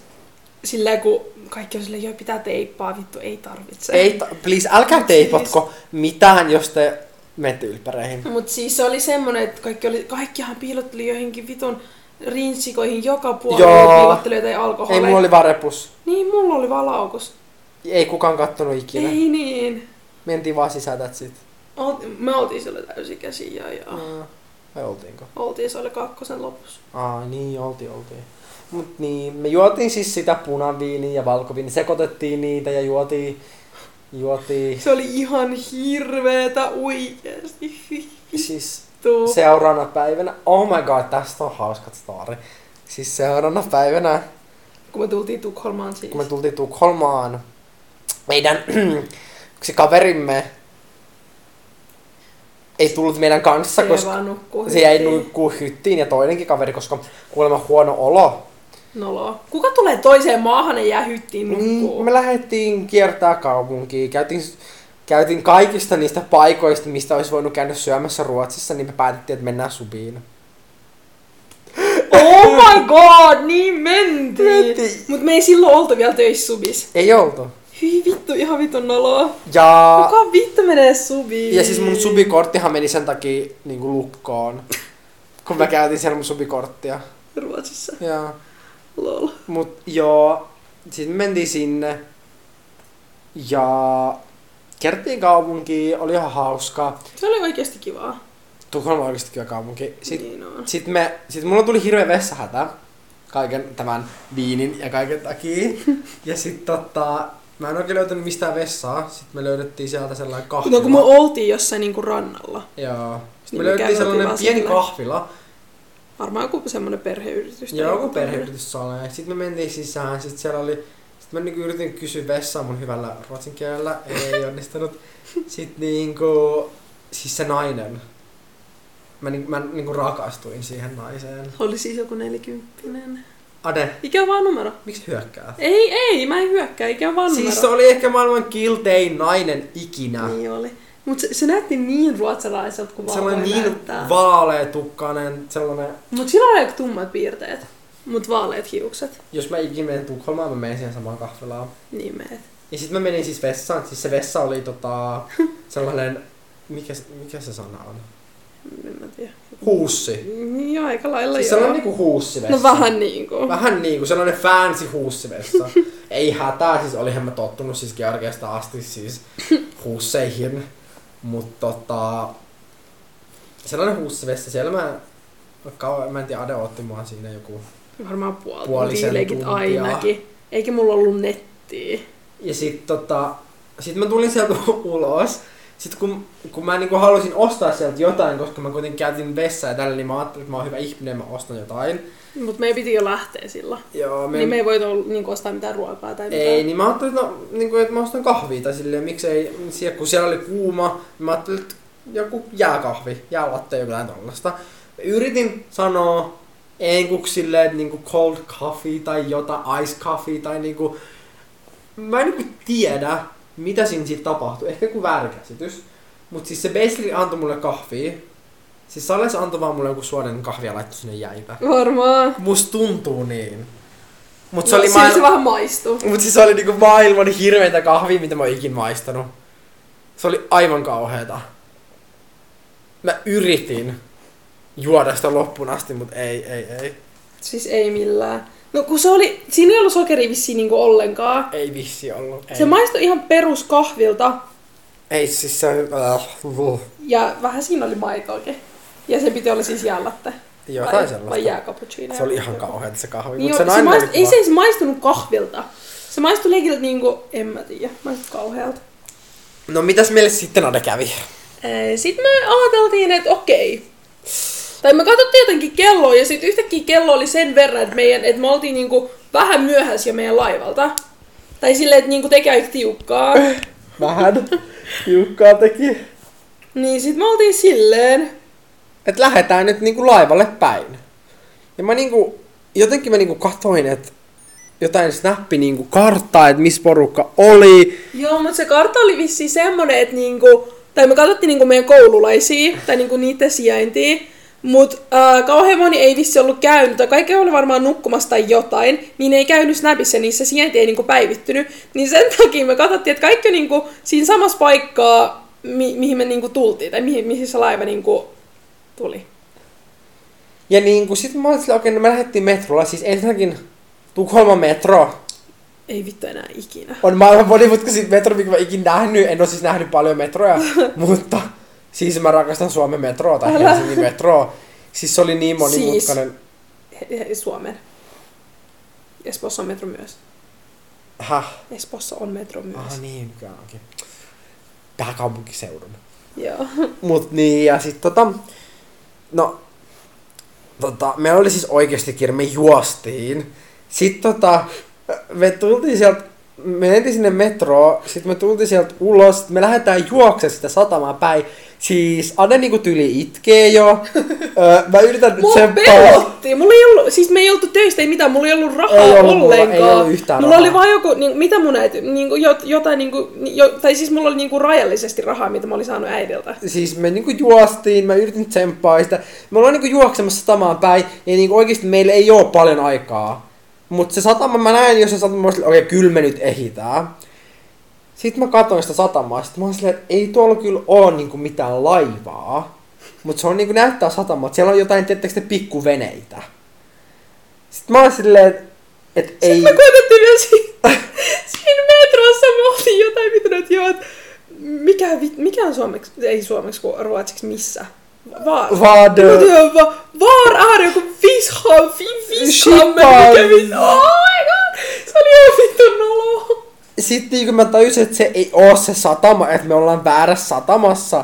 Speaker 2: silleen kun kaikki on silleen, joo pitää teippaa, vittu ei tarvitse.
Speaker 1: Ei, ta- please, älkää teipotko
Speaker 2: Siis-
Speaker 1: mitään, jos te menette ylppäreihin.
Speaker 2: Mut siis se oli semmonen, että kaikki oli, kaikkihan piilotteli joihinkin vitun rinssikoihin joka puolella
Speaker 1: Joo.
Speaker 2: ja piilotteli jotain alkoholia.
Speaker 1: Ei, mulla oli vaan repus.
Speaker 2: Niin, mulla oli vaan laukus.
Speaker 1: Ei kukaan kattonut ikinä.
Speaker 2: Ei niin.
Speaker 1: Mentiin vaan sisätät sit.
Speaker 2: Olti, me oltiin siellä täysikäisiä ja, ja
Speaker 1: Mm. Vai oltiinko?
Speaker 2: oltiin siellä kakkosen lopussa.
Speaker 1: Aa, niin, oltiin, oltiin. Mut niin, me juotiin siis sitä punaviiniä ja valkoviiniä, sekoitettiin niitä ja juotiin, juotiin.
Speaker 2: Se oli ihan hirveetä oikeesti.
Speaker 1: Siis
Speaker 2: Vittu.
Speaker 1: seuraavana päivänä, oh my god, tästä on hauskat story. Siis seuraavana päivänä,
Speaker 2: Kun me tultiin Tukholmaan siis.
Speaker 1: kun me tultiin Tukholmaan, meidän yksi kaverimme ei tullut meidän kanssa,
Speaker 2: se
Speaker 1: koska
Speaker 2: vaan nukkuu.
Speaker 1: se jäi
Speaker 2: hyttiin.
Speaker 1: nukkuu hyttiin ja toinenkin kaveri, koska kuulemma huono olo.
Speaker 2: Noloa. Kuka tulee toiseen maahan ja jää hyttiin nukkuu?
Speaker 1: Mm, me lähdettiin kiertää kaupunkia, käytiin, käytiin kaikista niistä paikoista, mistä olisi voinut käydä syömässä Ruotsissa, niin me päätettiin, että mennään subiin.
Speaker 2: Oh my god, niin mentiin.
Speaker 1: Mentiin.
Speaker 2: Mut me ei silloin oltu vielä töissä subis.
Speaker 1: Ei oltu.
Speaker 2: Hyi vittu, ihan vitun noloa.
Speaker 1: Ja,
Speaker 2: Kuka vittu menee subiin?
Speaker 1: ja siis mun subikorttihan meni sen takia niin kuin lukkoon, kun mä käytin siellä mun subikorttia.
Speaker 2: Ruotsissa.
Speaker 1: Ja,
Speaker 2: Lol.
Speaker 1: mut joo, sitten mentiin sinne. Ja kertiin kaupunkiin, oli ihan hauskaa.
Speaker 2: Se oli oikeasti kivaa.
Speaker 1: Tukholma on oikeasti kyllä kaupunki. Sit,
Speaker 2: Niin on.
Speaker 1: Sitten me, sit mulla tuli hirveä vessahätä kaiken tämän viinin ja kaiken takia. Ja sit tota, mä en oikein löytänyt mistään vessaa. Sitten me löydettiin sieltä sellainen kahvila.
Speaker 2: No kun me oltiin jossain niinku rannalla.
Speaker 1: Joo. Sitten me
Speaker 2: Niin
Speaker 1: löydettiin
Speaker 2: mikä
Speaker 1: sellainen
Speaker 2: sopiva
Speaker 1: pieni
Speaker 2: sille.
Speaker 1: kahvila.
Speaker 2: Varmaan joku semmonen perheyritys. tai
Speaker 1: Ja joku perheyrityssale. Sitten me mentiin sisään. Sitten siellä oli... Sitten mä niinku yritin kysyä vessaa mun hyvällä ruotsin kielellä. Ei onnistunut. Sitten niinku... Siis se nainen. Mä, niinku, mä niinku rakastuin siihen naiseen.
Speaker 2: Oli siis joku nelikymppinen.
Speaker 1: Ade,
Speaker 2: Ikä on vaan numero.
Speaker 1: miksi hyökkää?
Speaker 2: Ei, ei, mä en hyökkää. Ikä on vaan numero.
Speaker 1: Siis se oli ehkä maailman kiltein nainen ikinä.
Speaker 2: Niin oli. Mut se, se näytti niin ruotsalaiselta kuin vaan voi
Speaker 1: sellainen niin
Speaker 2: näyttää.
Speaker 1: vaaleetukkainen, sellainen...
Speaker 2: Mut sillä oli aika tummat piirteet. Mut vaaleet hiukset.
Speaker 1: Jos mä ikinä menen Tukholmaan, mä menen siihen samaan kahvilaan.
Speaker 2: Niin meet.
Speaker 1: Ja sit mä menin siis vessaan. Siis se vessa oli tota... sellainen... Mikä, se- mikä se sana on?
Speaker 2: En mä tiedä.
Speaker 1: Huussi.
Speaker 2: Niin aika lailla
Speaker 1: Siis
Speaker 2: joo.
Speaker 1: sellainen niinku huussivessa.
Speaker 2: No vähän niinku.
Speaker 1: Vähän niinku sellainen fancy huussivessa. Ei hätää, siis olihan mä tottunut siis Georgiasta asti siis huusseihin. Mut tota... Sellainen huussivessa, siellä mä... Kauan, mä en tiedä, Ade otti mua siinä joku.
Speaker 2: Varmaan puoli
Speaker 1: Puolisen
Speaker 2: tuntia leikit
Speaker 1: tuntia.
Speaker 2: ainakin. Eikä mulla ollut nettiä.
Speaker 1: Ja sit tota... Sit mä tulin sieltä ulos. Sitten kun, kun mä niinku halusin ostaa sieltä jotain, koska mä kuitenkin käytin vessaa ja tällä, niin mä ajattelin, että mä oon hyvä ihminen, mä ostan jotain.
Speaker 2: Mut meidän piti jo lähteä sillä.
Speaker 1: Joo, me-
Speaker 2: Niin me ei voitu niin ostaa mitään ruokaa tai mitään.
Speaker 1: Ei, niin mä ajattelin, että, no, niin kuin, että mä ostan kahvia tai silleen, miksei, siellä, kun siellä oli kuuma, niin mä ajattelin, että joku jääkahvi, jäälatte jotain tollasta. Yritin sanoa enkuksi silleen, että niin kuin cold coffee tai jota ice coffee tai niin kuin, mä en niin kuin tiedä, mitä siinä sitten tapahtui, ehkä joku väärinkäsitys. Mutta siis se basically antoi mulle kahvia. Siis Sales antoi vaan mulle joku suoden kahvia ja laittoi sinne jäipä.
Speaker 2: Varmaan.
Speaker 1: Musta tuntuu niin. Mut
Speaker 2: Mut se, no, oli
Speaker 1: maail-
Speaker 2: se vähän maistuu.
Speaker 1: Mut siis se oli niinku maailman hirveitä kahvia, mitä mä oon ikin maistanut. Se oli aivan kauheeta. Mä yritin juoda sitä loppuun asti, mut ei, ei, ei.
Speaker 2: Siis ei millään. No kun se oli, siinä ei ollut sokeria vissiin niinku ollenkaan.
Speaker 1: Ei vissi ollut. Ei,
Speaker 2: Se maistui ihan peruskahvilta
Speaker 1: ei siis se... Äh, uh,
Speaker 2: ja vähän siinä oli maitoakin. Ja se piti olla siis jällatte.
Speaker 1: jotain sellaista.
Speaker 2: Vai jääkapuccino.
Speaker 1: Se oli ihan kauheeta se kahvi. mut
Speaker 2: Niin jo,
Speaker 1: se
Speaker 2: se
Speaker 1: nainen
Speaker 2: maist,
Speaker 1: oli
Speaker 2: ei
Speaker 1: kiva.
Speaker 2: se edes maistunut kahvilta. Se maistui leikiltä niinku, en mä tiedä, maistui kauhealta.
Speaker 1: No mitäs meille sitten Ade kävi?
Speaker 2: Sitten me ajateltiin, että okei. Tai me katsottiin jotenkin kelloa ja sitten yhtäkkiä kello oli sen verran, että, meidän, että me oltiin niinku vähän myöhäisiä meidän laivalta. Tai silleen, että niinku teki aika tiukkaa.
Speaker 1: Vähän. Jukkaa teki.
Speaker 2: niin sitten me oltiin silleen.
Speaker 1: että lähdetään nyt niinku laivalle päin. Ja mä niinku, jotenkin mä niinku katoin, että jotain snappi niinku karttaa, että missä porukka oli.
Speaker 2: Joo, mutta se kartta oli vissiin semmonen, että niinku, tai me katsottiin niinku meidän koululaisia, tai niinku niiden sijaintia, mutta äh, kauhean moni ei vissi ollut käynyt, tai kaikki oli varmaan nukkumassa tai jotain, niin ei käynyt Snapissa, niin se sijainti ei niinku päivittynyt. Niin sen takia me katsottiin, että kaikki on niinku siinä samassa paikkaa, mi- mihin me niinku tultiin, tai mihin, mihin se laiva niinku tuli.
Speaker 1: Ja niinku sit mä olin silleen, okei, no me lähdettiin metrolla, siis ensinnäkin Tukholman metro
Speaker 2: Ei vittu enää ikinä.
Speaker 1: on maailman monimutkaisin metro, mikä mä ikinä nähnyt. En oo siis nähnyt paljon metroja, mutta siis mä rakastan Suomen metroa tai
Speaker 2: Älä.
Speaker 1: Helsingin metroa. Siis se oli niin
Speaker 2: Siis.
Speaker 1: monimutkainen. Siis.
Speaker 2: He- he- Suomeen. Espoossa on metro myös.
Speaker 1: Häh?
Speaker 2: Espoossa on metro myös.
Speaker 1: Ah niin, mikä onkin. Pääkaupunkiseudun.
Speaker 2: Joo.
Speaker 1: Mut niin, ja sit tota, no, tota, me oli siis oikeesti kirja, me juostiin. Sit tota, me tultiin sieltä, me mentiin sinne metroon, sit me tultiin sieltä ulos, sit me lähdetään juokse sitä satamaa päin. Siis Ade niinku tyli itkee jo. Öö, mä yritän nyt
Speaker 2: Mua
Speaker 1: sen
Speaker 2: pelotti. Mulla ei ollut, siis me ei oltu töistä, ei mitään, mulla ei ollut rahaa
Speaker 1: Ei ollut, mulla
Speaker 2: ollenkaan.
Speaker 1: ei ollut yhtään
Speaker 2: mulla
Speaker 1: rahaa.
Speaker 2: oli vaan joku, niin, mitä mun äiti, niin kuin, jotain, niin kuin, jo, tai siis mulla oli niin kuin, rajallisesti rahaa, mitä mä olin saanut äidiltä.
Speaker 1: siis me niinku juostiin, mä yritin tsemppaa sitä. Me ollaan niinku juoksemassa satamaan päin, ja niinku oikeesti meillä ei oo paljon aikaa. Mut se satama, mä näin jos se satama, mä olin silleen, okei, okay, kyllä me nyt ehitään. Sitten mä katsoin sitä satamaa, sit mä olin silleen, että ei tuolla kyllä oo niinku mitään laivaa. Mut se on niinku näyttää satamaa, että siellä on jotain, tiettäks te, pikkuveneitä. Sitten mä olin silleen, että et
Speaker 2: Ei.
Speaker 1: ei...
Speaker 2: Sitten me koitettiin vielä siinä, siinä metrossa, me oltiin jotain vitun, että joo, että mikä, vit- mikä on suomeksi, ei suomeksi, kun ruotsiksi, missä? Vaar.
Speaker 1: Vaad...
Speaker 2: Joo, va- Vaar är joku vishan, vishan, mikä
Speaker 1: Shitpan.
Speaker 2: vittu, oh my god, se oli ihan vittu noloa.
Speaker 1: sitten niin mä tajusin, että se ei oo se satama, että me ollaan väärässä satamassa.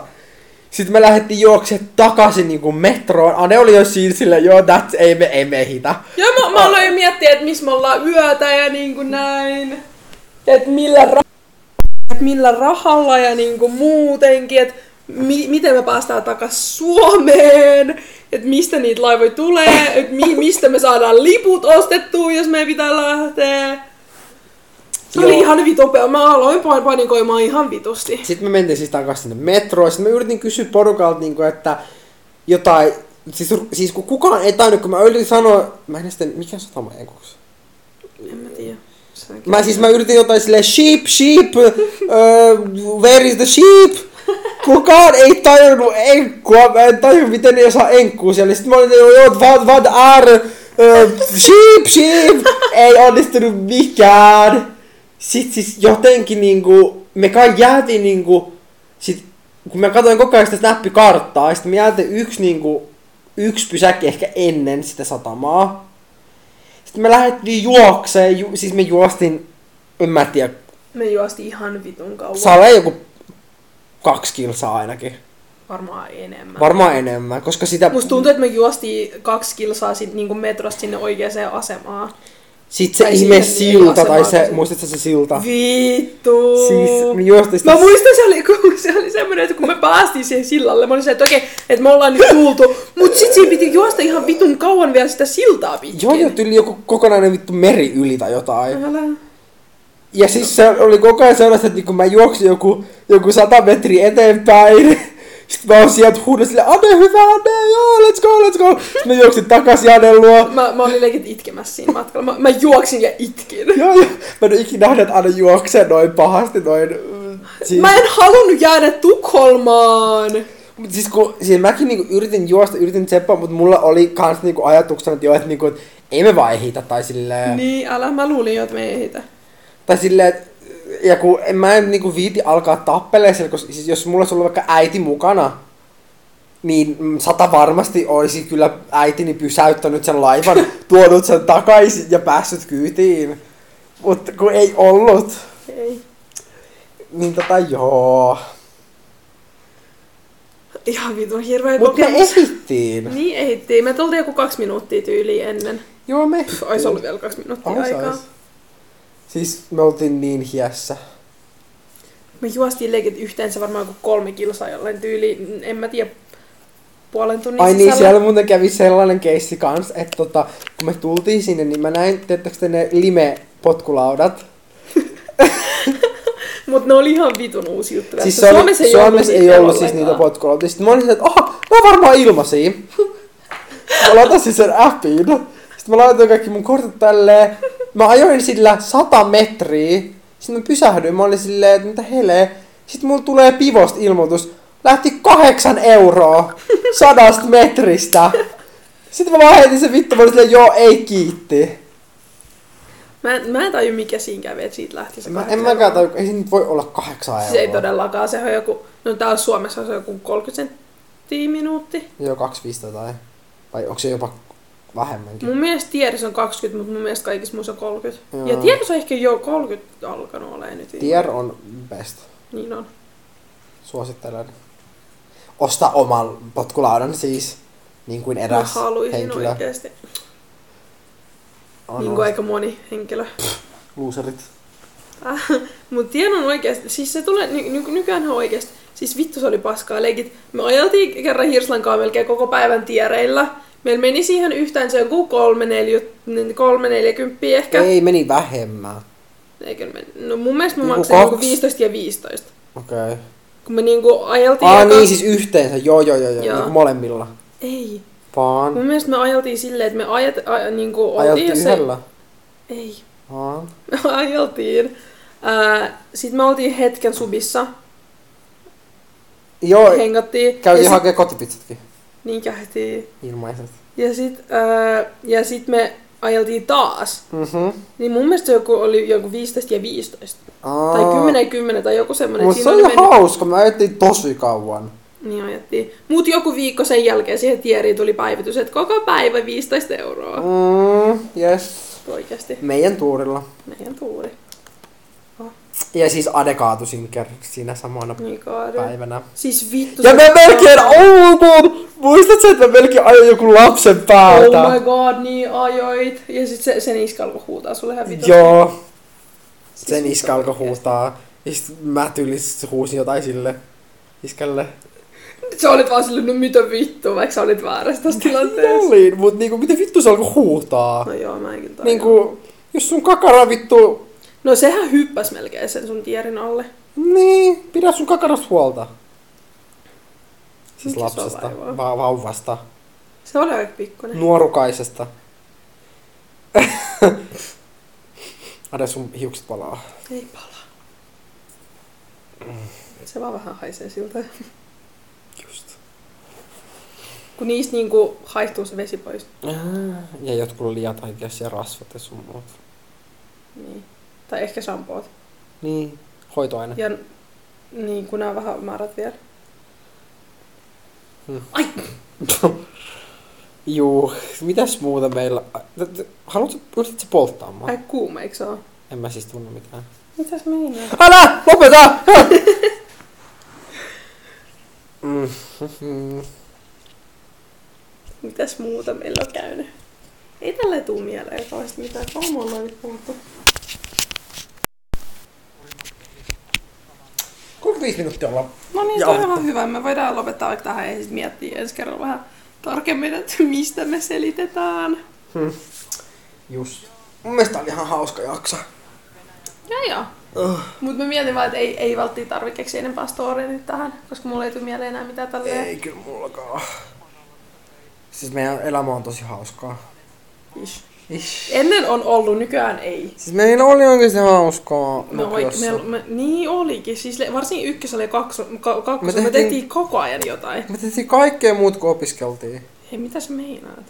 Speaker 1: Sitten me lähdettiin juokse takaisin niin kuin metroon. Ane oli jo siinä silleen, joo, that's, ei me, ei me hita.
Speaker 2: Joo, mä, mä aloin miettiä, että missä me ollaan yötä ja niin kuin näin. Että millä, ra- et millä rahalla ja niin kuin muutenkin, että mi- miten me päästään takas Suomeen, että mistä niitä laivoja tulee, että mi- mistä me saadaan liput ostettua, jos me pitää lähteä. Se oli
Speaker 1: Joo.
Speaker 2: ihan vitopea. Mä aloin pan- panikoimaan ihan vitusti.
Speaker 1: Sitten me mentiin siis takaisin sinne metroon. Sitten mä yritin kysyä porukalta, niin kuin, että jotain... Siis, siis kun kukaan ei tainnut, kun mä yritin sanoa... Mä en edes tiedä, mikä satama enkuksi.
Speaker 2: En mä tiedä. Säkin.
Speaker 1: siis, Mä siis mä yritin jotain silleen, sheep, sheep, uh, where is the sheep? Kukaan ei tajunnut enkkua, mä en taju miten ne osaa enkkua siellä. Sitten mä olin, joo, joo, what, what are, ö, sheep, sheep, ei onnistunut mikään. Sitten siis jotenkin niinku, me kai jäätiin niinku, sit, kun mä katsoin koko ajan sitä snappikarttaa, sitten me jäätiin yksi niinku, yksi pysäkki ehkä ennen sitä satamaa. Sitten me lähdettiin juokseen, ju, siis me juostin, en mä tiedä,
Speaker 2: Me juosti ihan vitun kauan.
Speaker 1: sale joku kaksi kilsaa ainakin.
Speaker 2: Varmaan enemmän.
Speaker 1: Varmaan enemmän, koska sitä...
Speaker 2: Musta tuntuu, että me juostiin kaksi kilsaa sit, niin metrosta sinne oikeaan asemaan.
Speaker 1: Sit se
Speaker 2: tai
Speaker 1: ihme
Speaker 2: siihen
Speaker 1: silta, tai
Speaker 2: asemaan
Speaker 1: se,
Speaker 2: tosi-
Speaker 1: muistatko se silta?
Speaker 2: Vittu.
Speaker 1: Ah. Siis me juostiin sitä...
Speaker 2: Mä muistan, se oli, kun se oli semmoinen, että kun me päästiin siihen sillalle, mä olin se, että okei, että me ollaan nyt tultu, mut sit siinä piti juosta ihan vitun kauan vielä sitä siltaa pitkin.
Speaker 1: Joo, joo, tyyli joku kokonainen vittu meri yli tai jotain.
Speaker 2: Älä.
Speaker 1: Ja siis se oli koko ajan sellaista, että kun mä juoksin joku, joku sata metriä eteenpäin, sitten mä oon sieltä huudin sille, Ade, hyvä, Ade, joo, let's go, let's go. Sitten mä juoksin takaisin Aden luo.
Speaker 2: Mä, mä olin leikit itkemässä siinä matkalla. Mä, mä juoksin ja itkin.
Speaker 1: Joo, joo. Mä en ole ikinä nähnyt, että Ade juoksee noin pahasti, noin... mm, Siis,
Speaker 2: Mä en halunnut jäädä Tukholmaan.
Speaker 1: Mut siis, kun, siis mäkin niinku yritin juosta, yritin tseppaa, mutta mulla oli kans niinku ajatuksena, että joo, että niinku, et ei me vaan ehitä, tai silleen...
Speaker 2: Niin, älä, mä luulin jo, että me ei ehitä.
Speaker 1: Tai silleen, että ja kun en mä en niinku viiti alkaa tappeleen siellä, koska siis jos mulla olisi ollut vaikka äiti mukana, niin mm, sata varmasti olisi kyllä äitini pysäyttänyt sen laivan, tuonut sen takaisin ja päässyt kyytiin. Mutta kun ei ollut,
Speaker 2: Ei.
Speaker 1: niin tota joo.
Speaker 2: Ihan vitun hirveä
Speaker 1: Mutta me
Speaker 2: kokemus.
Speaker 1: esittiin.
Speaker 2: Niin ehittiin. Me tultiin joku kaksi minuuttia tyyliin ennen.
Speaker 1: Joo me
Speaker 2: Pff, ois ollut vielä kaksi minuuttia
Speaker 1: Ois,
Speaker 2: aikaa.
Speaker 1: ois. Siis me oltiin niin hiässä.
Speaker 2: Me juostiin leikit yhteensä varmaan kuin kolme kilsaa jollain tyyliin, en mä tiedä, puolen tunnin
Speaker 1: Ai niin,
Speaker 2: sisällä.
Speaker 1: siellä muuten kävi sellainen keissi kans, että tota, kun me tultiin sinne, niin mä näin, teettekö te ne lime-potkulaudat?
Speaker 2: Mut ne oli ihan vitun uusi juttu.
Speaker 1: Siis
Speaker 2: Tässä
Speaker 1: se oli,
Speaker 2: Suomessa ei
Speaker 1: Suomessa
Speaker 2: ollut,
Speaker 1: ei
Speaker 2: niitä
Speaker 1: ollut siis niitä
Speaker 2: ollenkaan.
Speaker 1: potkulautoja. Sitten mä olin se, että aha, ne on varmaan ilmaisia. Mä latasin sen appiin. Sitten mä laitoin kaikki mun kortit tälleen. Mä ajoin sillä 100 metriä. Sitten mä pysähdyin. Mä olin silleen, että mitä helee. Sitten mulla tulee pivosta ilmoitus. Lähti kahdeksan euroa sadasta metristä. Sitten mä vaan heitin sen vittu. Mä olin silleen, joo, ei kiitti.
Speaker 2: Mä, en- mä en taju mikä siinä kävi, että siitä lähti se
Speaker 1: Mä, en
Speaker 2: kahdeksan
Speaker 1: mäkään
Speaker 2: euroa.
Speaker 1: taju, ei se nyt voi olla kahdeksan euroa.
Speaker 2: Siis ei todellakaan, se on joku, no täällä Suomessa se on joku 30 senttiä minuutti.
Speaker 1: Joo, 2,5 Niin tai... Vai onko se jopa vähemmänkin?
Speaker 2: Mun mielestä tiedossa on 20, mutta mun mielestä kaikissa muissa on 30.
Speaker 1: Joo.
Speaker 2: Ja tiedossa on ehkä jo 30 alkanut olemaan nyt.
Speaker 1: Tier on best.
Speaker 2: Niin on.
Speaker 1: Suosittelen. Osta oman potkulaudan siis. Niin kuin
Speaker 2: Mä
Speaker 1: eräs
Speaker 2: haluisin
Speaker 1: henkilö.
Speaker 2: oikeesti.
Speaker 1: On
Speaker 2: Niin kuin aika moni henkilö.
Speaker 1: Loserit.
Speaker 2: Mut tiedän oikeesti, siis se tulee, ny, ny, nykyäänhän oikeesti, siis vittu se oli paskaa legit. Me ajeltiin kerran Hirslankaa melkein koko päivän tiereillä. Meillä meni siihen yhtään se joku kolme, neljä, kolme neljäkymppiä ehkä.
Speaker 1: Ei, meni vähemmän.
Speaker 2: Eikö me, no mun mielestä mä
Speaker 1: Joku
Speaker 2: maksoin joku
Speaker 1: kaksi.
Speaker 2: 15 ja 15.
Speaker 1: Okei. Okay.
Speaker 2: Kun me niinku ajeltiin...
Speaker 1: Ah,
Speaker 2: eka-
Speaker 1: niin siis yhteensä. Joo, joo, joo, joo.
Speaker 2: Joo. Mm,
Speaker 1: Niin kuin molemmilla.
Speaker 2: Ei.
Speaker 1: Vaan.
Speaker 2: Mun mielestä me ajeltiin silleen, että me ajet, a, niinku,
Speaker 1: Ajoitte
Speaker 2: oltiin jossain-
Speaker 1: yhdellä.
Speaker 2: Ei.
Speaker 1: Vaan.
Speaker 2: Me ajeltiin. Ää, sit me oltiin hetken subissa,
Speaker 1: Joo,
Speaker 2: hengattiin. ja
Speaker 1: käytiin
Speaker 2: sit-
Speaker 1: hakee kotipizzatkin.
Speaker 2: Niin käytiin.
Speaker 1: Ilmaiset.
Speaker 2: Ja sit, öö, ja sit me ajeltiin taas.
Speaker 1: Mhm.
Speaker 2: Niin mun mielestä se joku oli joku 15 ja 15.
Speaker 1: Aa.
Speaker 2: Tai 10 ja 10 tai joku semmonen.
Speaker 1: Mutta se
Speaker 2: Siinä
Speaker 1: oli
Speaker 2: mennyt-
Speaker 1: hauska. Me ajettiin tosi kauan.
Speaker 2: Niin ajettiin. Mut joku viikko sen jälkeen siihen tieriin tuli päivitys, että koko päivä 15 euroa. Oh.
Speaker 1: Mm, yes.
Speaker 2: Oikeesti.
Speaker 1: Meidän tuurilla.
Speaker 2: Meidän tuuri.
Speaker 1: Ja siis Ade kaatui siinä ker- siinä samana
Speaker 2: Niin kaadu.
Speaker 1: päivänä.
Speaker 2: Siis vittu.
Speaker 1: Ja
Speaker 2: se-
Speaker 1: mä melkein oukun! Muistatko, että mä melkein ajoin joku lapsen päältä?
Speaker 2: Oh my god, niin ajoit. Ja sit se, sen iska alkoi huutaa sulle ihan vittu.
Speaker 1: Joo,
Speaker 2: Siis
Speaker 1: sen
Speaker 2: vittu
Speaker 1: iskä alkoi
Speaker 2: oikeesti.
Speaker 1: huutaa. Ja sit mä tyylissä huusin jotain sille iskälle.
Speaker 2: Sä olit vaan silleen, no mitä vittu, vaikka sä olit väärässä tässä tilanteessa.
Speaker 1: Olin, mut niinku, miten vittu se alkoi huutaa?
Speaker 2: No joo, mä en kyllä tajua.
Speaker 1: Niinku, jos sun kakara vittu...
Speaker 2: No sehän hyppäs melkein sen sun tierin alle.
Speaker 1: Niin, pidä sun kakarasta huolta. Siis
Speaker 2: Mikä sua
Speaker 1: lapsesta,
Speaker 2: vaivaa?
Speaker 1: va- vauvasta,
Speaker 2: Se oli aika pikkuinen.
Speaker 1: nuorukaisesta. Ade sun hiukset palaa.
Speaker 2: Ei palaa. Se vaan vähän haisee siltä.
Speaker 1: Just.
Speaker 2: Kun niistä niinku haihtuu se vesi pois.
Speaker 1: Ja jotkut oli liian taiteellisia rasvat ja sun muut.
Speaker 2: Niin. Tai ehkä sampoot.
Speaker 1: Niin. Hoitoaine.
Speaker 2: Ja niin, kun nämä on vähän määrät vielä.
Speaker 1: Juu, mitäs muuta meillä? Haluatko, yritätkö polttaa mua?
Speaker 2: Ai kuuma, eikö se ole?
Speaker 1: En mä siis tunne mitään.
Speaker 2: Mitäs meinaa?
Speaker 1: Älä! Lopeta! Mm, mm.
Speaker 2: Mitäs muuta meillä on käynyt? Ei tällä tuu mieleen kauheasti mitään. Kauan me ollaan nyt puhuttu.
Speaker 1: 35 minuuttia ollaan.
Speaker 2: No niin, se
Speaker 1: Joo.
Speaker 2: on ihan hyvä. Me voidaan lopettaa vaikka tähän ja sitten miettiä ensi kerralla vähän tarkemmin, että mistä me selitetään.
Speaker 1: Just. Mun mielestä tää oli ihan hauska jakso.
Speaker 2: Ja No joo.
Speaker 1: Uh.
Speaker 2: Mut mä mietin vaan, että ei, ei välttämättä tarvi keksiä enempää storia nyt tähän, koska mulla ei tule mieleen enää mitään tälleen.
Speaker 1: Ei kyllä mullakaan. Siis meidän elämä on tosi hauskaa.
Speaker 2: Ish.
Speaker 1: Ish.
Speaker 2: Ennen on ollut, nykyään ei.
Speaker 1: Siis meillä oli oikeesti hauskaa
Speaker 2: Me oik, me,
Speaker 1: lukiossa.
Speaker 2: me, niin olikin. Siis le- varsinkin ykkösellä ja kakso, ka,
Speaker 1: Me
Speaker 2: kakkosella
Speaker 1: tehtiin-
Speaker 2: me tehtiin koko ajan jotain.
Speaker 1: Me tehtiin kaikkea muut kuin opiskeltiin.
Speaker 2: Hei, mitä sä meinaat?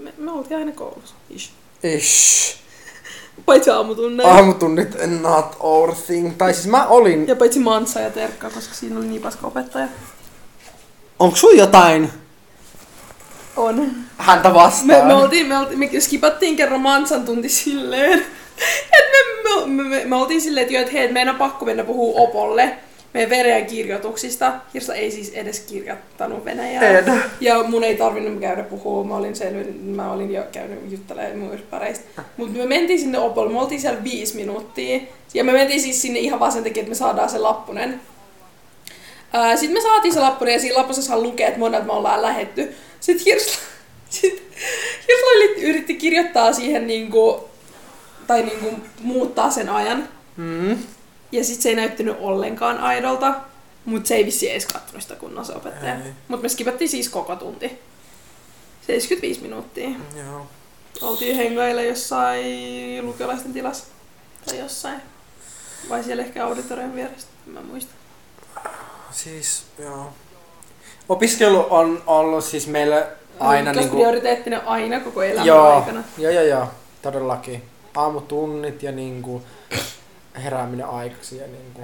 Speaker 2: Me, me oltiin aina koulussa. Ish.
Speaker 1: Ish.
Speaker 2: Paitsi aamutunneja.
Speaker 1: Aamutunnit not our thing. Tai siis mä olin...
Speaker 2: Ja paitsi Mansa ja Terkka, koska siinä oli niin paska opettaja.
Speaker 1: Onko sun jotain?
Speaker 2: On.
Speaker 1: Häntä vastaan.
Speaker 2: Me, me, oltiin, me, oltiin, me skipattiin kerran Mansan tunti silleen, että me, me, me, me, oltiin silleen, että, joo, että hei, et meidän on pakko mennä puhua Opolle meidän Venäjän kirjoituksista. Hirsa ei siis edes kirjoittanut Venäjää.
Speaker 1: En.
Speaker 2: Ja mun ei tarvinnut käydä puhua, mä olin, selvin, mä olin jo käynyt juttelemaan mun ystäväreistä. Mutta me mentiin sinne Opolle, me oltiin siellä viisi minuuttia. Ja me mentiin siis sinne ihan vaan sen takia, että me saadaan se lappunen. Sitten me saatiin se lappuri ja siinä lappussa lukee, että monet me ollaan lähetty. Sitten Hirsla, sit Hirsla yritti- yritti kirjoittaa siihen niinku, tai niinku muuttaa sen ajan.
Speaker 1: Mm.
Speaker 2: Ja sitten se ei näyttänyt ollenkaan aidolta, mutta se ei vissi edes kattonut sitä kunnon se opettaja.
Speaker 1: Ei.
Speaker 2: Mutta me skipattiin siis koko tunti. 75 minuuttia.
Speaker 1: Joo.
Speaker 2: Oltiin hengailla jossain lukiolaisten tilassa. Tai jossain. Vai siellä ehkä auditorion vieressä, en mä muista.
Speaker 1: Siis, joo. Opiskelu on ollut siis meillä aina
Speaker 2: Ykkös
Speaker 1: niinku...
Speaker 2: prioriteettina aina koko elämän
Speaker 1: Joo,
Speaker 2: aikana.
Speaker 1: joo, joo, joo. Todellakin. Aamutunnit ja niinku herääminen aikaksi ja niinku...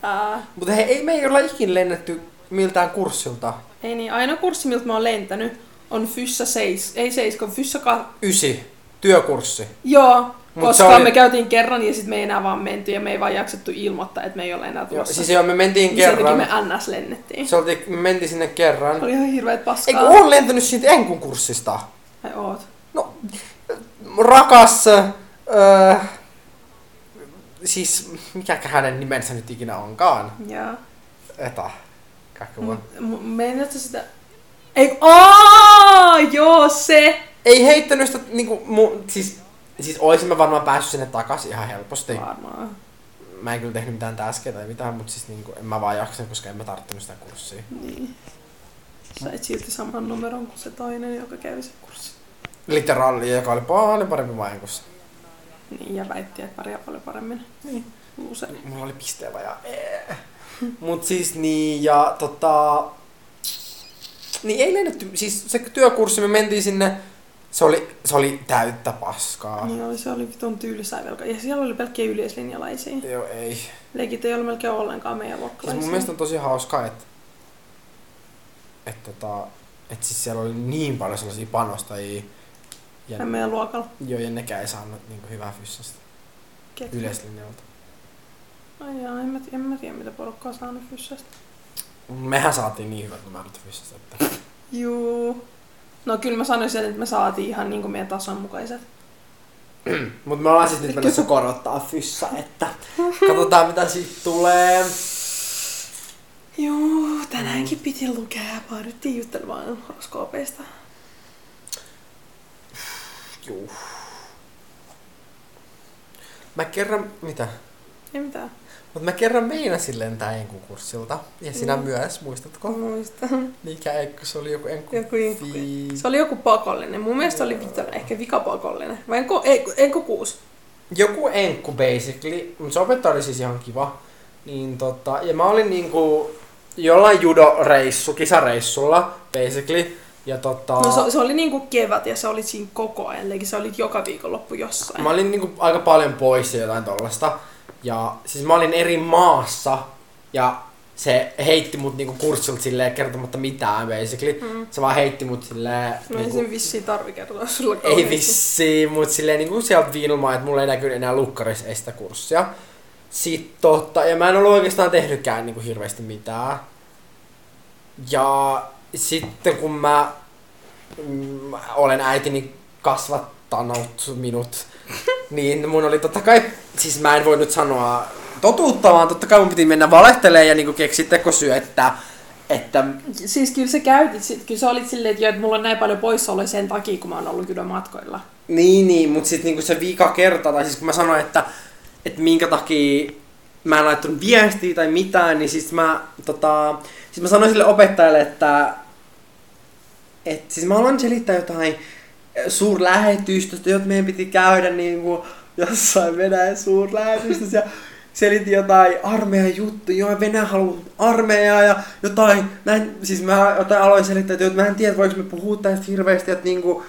Speaker 2: Pää.
Speaker 1: Mutta hei, ei, me ei olla ikin lennetty miltään kurssilta.
Speaker 2: Ei niin, aina kurssi, miltä mä oon lentänyt, on Fyssä 7, ei 7, Fyssä 8.
Speaker 1: Ysi. Työkurssi.
Speaker 2: Joo,
Speaker 1: Mut se
Speaker 2: koska
Speaker 1: oli-
Speaker 2: me käytiin kerran ja sitten me ei enää vaan menty ja me ei vaan jaksettu ilmoittaa, että me ei ole enää
Speaker 1: Joo,
Speaker 2: tulossa.
Speaker 1: siis joo, me mentiin
Speaker 2: Niin sen takia
Speaker 1: kerran.
Speaker 2: me NS lennettiin.
Speaker 1: Se oltiin, me mentiin sinne kerran.
Speaker 2: Oli ihan hirveet
Speaker 1: Eikö
Speaker 2: paskaa.
Speaker 1: olen lentänyt siitä Enkun kurssista?
Speaker 2: Ai oot.
Speaker 1: No, rakas, öö, siis mikä hänen nimensä nyt ikinä onkaan?
Speaker 2: Joo.
Speaker 1: Eta. Kakua. Mm.
Speaker 2: M- Meinatko sitä... Ei, aaa, joo se!
Speaker 1: Ei heittänyt sitä, niinku, mu, siis, siis olisin mä varmaan päässyt sinne takaisin ihan helposti.
Speaker 2: Varmaan.
Speaker 1: Mä en kyllä tehnyt mitään täskeä tai mitään, mutta siis niinku, en mä vaan jaksanut, koska en mä tarttunut sitä kurssia.
Speaker 2: Niin. Sait silti saman numeron kuin se toinen, joka kävi se kurssi.
Speaker 1: Literallia, joka oli paljon parempi main kuin se.
Speaker 2: Niin, ja väitti, että pärjää paljon paremmin.
Speaker 1: Niin.
Speaker 2: Usein.
Speaker 1: Mulla oli pisteellä ja ee. Mut siis niin ja tota... Niin ei lennetty, siis se työkurssi me mentiin sinne, se oli, se oli täyttä paskaa.
Speaker 2: Niin oli, se oli vitun tylsää velka. Ja siellä oli pelkkiä yleislinjalaisia.
Speaker 1: Joo ei.
Speaker 2: Leikit ei ollut melkein ollenkaan meidän
Speaker 1: Siis
Speaker 2: luokkalaisia.
Speaker 1: mun mielestä on tosi hauskaa, että et tota, et siis siellä oli niin paljon sellaisia panostajia. Ja,
Speaker 2: Ja meidän luokalla.
Speaker 1: joo, ja nekään ei saanut niinku hyvää fyssasta
Speaker 2: Ketkä?
Speaker 1: yleislinjalta.
Speaker 2: Ai jaa, en mä, en mä tiedä mitä porukkaa on saanut fyssästä.
Speaker 1: Mehän saatiin niin hyvät numerot fyssasta, että...
Speaker 2: Juu. No kyllä mä sanoisin, että me saatiin ihan niinku meidän tason mukaiset.
Speaker 1: Mut me ollaan siis nyt menossa korottaa fyssä, että katsotaan mitä siitä tulee.
Speaker 2: Juu, tänäänkin piti lukea ja päädyttiin juttelemaan horoskoopeista.
Speaker 1: Juu. Mä kerran, mitä?
Speaker 2: Ei mitään.
Speaker 1: Mut mä kerran meinasin lentää enkukurssilta. Ja sinä
Speaker 2: Mm.
Speaker 1: myös, muistatko?
Speaker 2: Muistan.
Speaker 1: Mikä enkku, se oli joku enkku.
Speaker 2: Joku enkku.
Speaker 1: Fi-
Speaker 2: Mm. Se oli joku pakollinen. Mun mielestä se oli vitonen, ehkä vikapakollinen. Vai enko, ei, enko kuusi?
Speaker 1: Joku enkku basically, mutta se opettaja oli siis ihan kiva. Niin tota, ja mä olin niinku jollain judoreissu, kisareissulla, basically. Ja tota...
Speaker 2: No se, se oli niinku kevät ja sä olit siinä koko ajan, eli sä olit joka viikonloppu jossain.
Speaker 1: Mä olin niinku aika paljon pois ja jotain tollasta. Ja siis mä olin eri maassa ja se heitti mut niinku kurssilta silleen kertomatta mitään basically. Mm. Se vaan heitti mut silleen...
Speaker 2: No ei
Speaker 1: niinku,
Speaker 2: sen vissiin tarvi kertoa sulla
Speaker 1: ei
Speaker 2: kauheasti.
Speaker 1: vissiin, mut silleen niinku sieltä viilmaa, että mulla ei näkynyt enää lukkarissa ei sitä kurssia. Sitten totta, ja mä en ollut oikeastaan tehnytkään niinku hirveästi mitään. Ja sitten kun mä mm, olen äitini kasvattanut minut, niin mun oli totta kai, siis mä en voi nyt sanoa totuutta, vaan totta kai mun piti mennä valehtelemaan ja niinku keksitteko syö, että, että
Speaker 2: Siis kyllä sä käytit, sit, kyllä sä olit silleen, että, joo, että mulla on näin paljon poissaoloja sen takia, kun mä oon ollut kyllä matkoilla.
Speaker 1: Niin, niin mutta sitten niinku se vika kerta, tai siis kun mä sanoin, että, että minkä takia mä en laittanut viestiä tai mitään, niin siis mä, tota, siis mä sanoin sille opettajalle, että et, siis mä haluan selittää jotain suurlähetystä, jota meidän piti käydä niinku jossain Venäjän suurlähetystössä ja selitin jotain armeijan juttuja, joo Venäjä haluaa armeijaa ja jotain, mä en, siis mä jotain aloin selittää, että joo, mä en tiedä voiko me puhua tästä hirveästi, että niinku,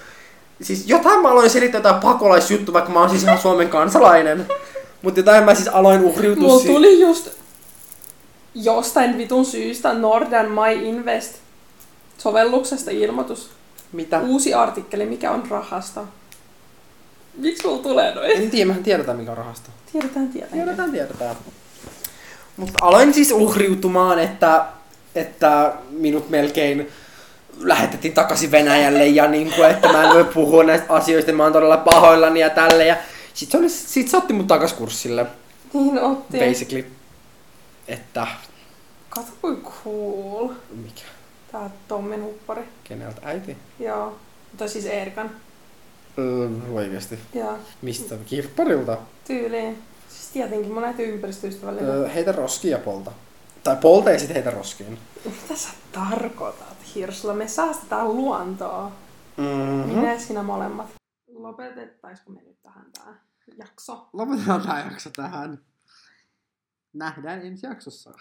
Speaker 1: Siis jotain mä aloin selittää jotain pakolaisjuttu, vaikka mä oon siis ihan Suomen kansalainen. Mutta jotain mä siis aloin uhriutua
Speaker 2: Mulla
Speaker 1: si-
Speaker 2: tuli just jostain vitun syystä Nordan My Invest sovelluksesta ilmoitus.
Speaker 1: Mitä?
Speaker 2: Uusi artikkeli, mikä on rahasta. Miksi mulla tulee noin?
Speaker 1: En tiedä, mehän tiedetään mikä on rahasto.
Speaker 2: Tiedetään, tiedetään.
Speaker 1: Tiedetään, tiedetään. Mutta aloin siis uhriutumaan, että, että minut melkein lähetettiin takaisin Venäjälle ja niin kuin, että mä en voi puhua näistä asioista, mä oon todella pahoillani ja tälle. Ja sit se, oli, sit se otti mut takas kurssille,
Speaker 2: Niin otti.
Speaker 1: basically. Että,
Speaker 2: Kato kuin cool.
Speaker 1: mikä,
Speaker 2: Tää Tommin huppari.
Speaker 1: keneltä äiti?
Speaker 2: Joo. Mutta siis Erkan.
Speaker 1: Mm, oikeasti.
Speaker 2: Joo.
Speaker 1: Mistä? Kirpparilta?
Speaker 2: Tyyliin. Siis tietenkin mun näitä ympäristöystävällinen.
Speaker 1: Öö, heitä roskiin ja polta. Tai polta ja sitten heitä roskiin.
Speaker 2: Mitä sä tarkoitat, Hirsla? Me saastetaan luontoa.
Speaker 1: Mm-hmm.
Speaker 2: Minä ja Niin sinä molemmat. Lopetettaisiko me nyt tähän tämä jakso?
Speaker 1: Lopetetaan tämä jakso tähän. Nähdään ensi jaksossa.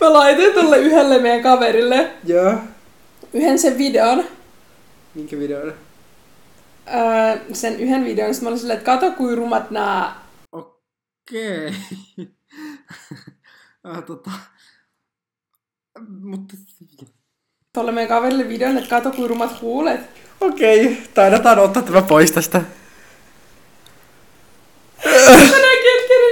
Speaker 2: Mä laitoin tuolle yhdelle meidän kaverille
Speaker 1: Joo.
Speaker 2: yhden sen videon.
Speaker 1: Minkä videon?
Speaker 2: Öö, sen yhden videon, sit mä olin silleen, että kato kuin rumat nää
Speaker 1: Okei. Okay. tota. Mutta...
Speaker 2: tuolle meidän kaverille videon, että kato kuin rumat huulet.
Speaker 1: Okei, okay. taidetaan ottaa tämä pois tästä.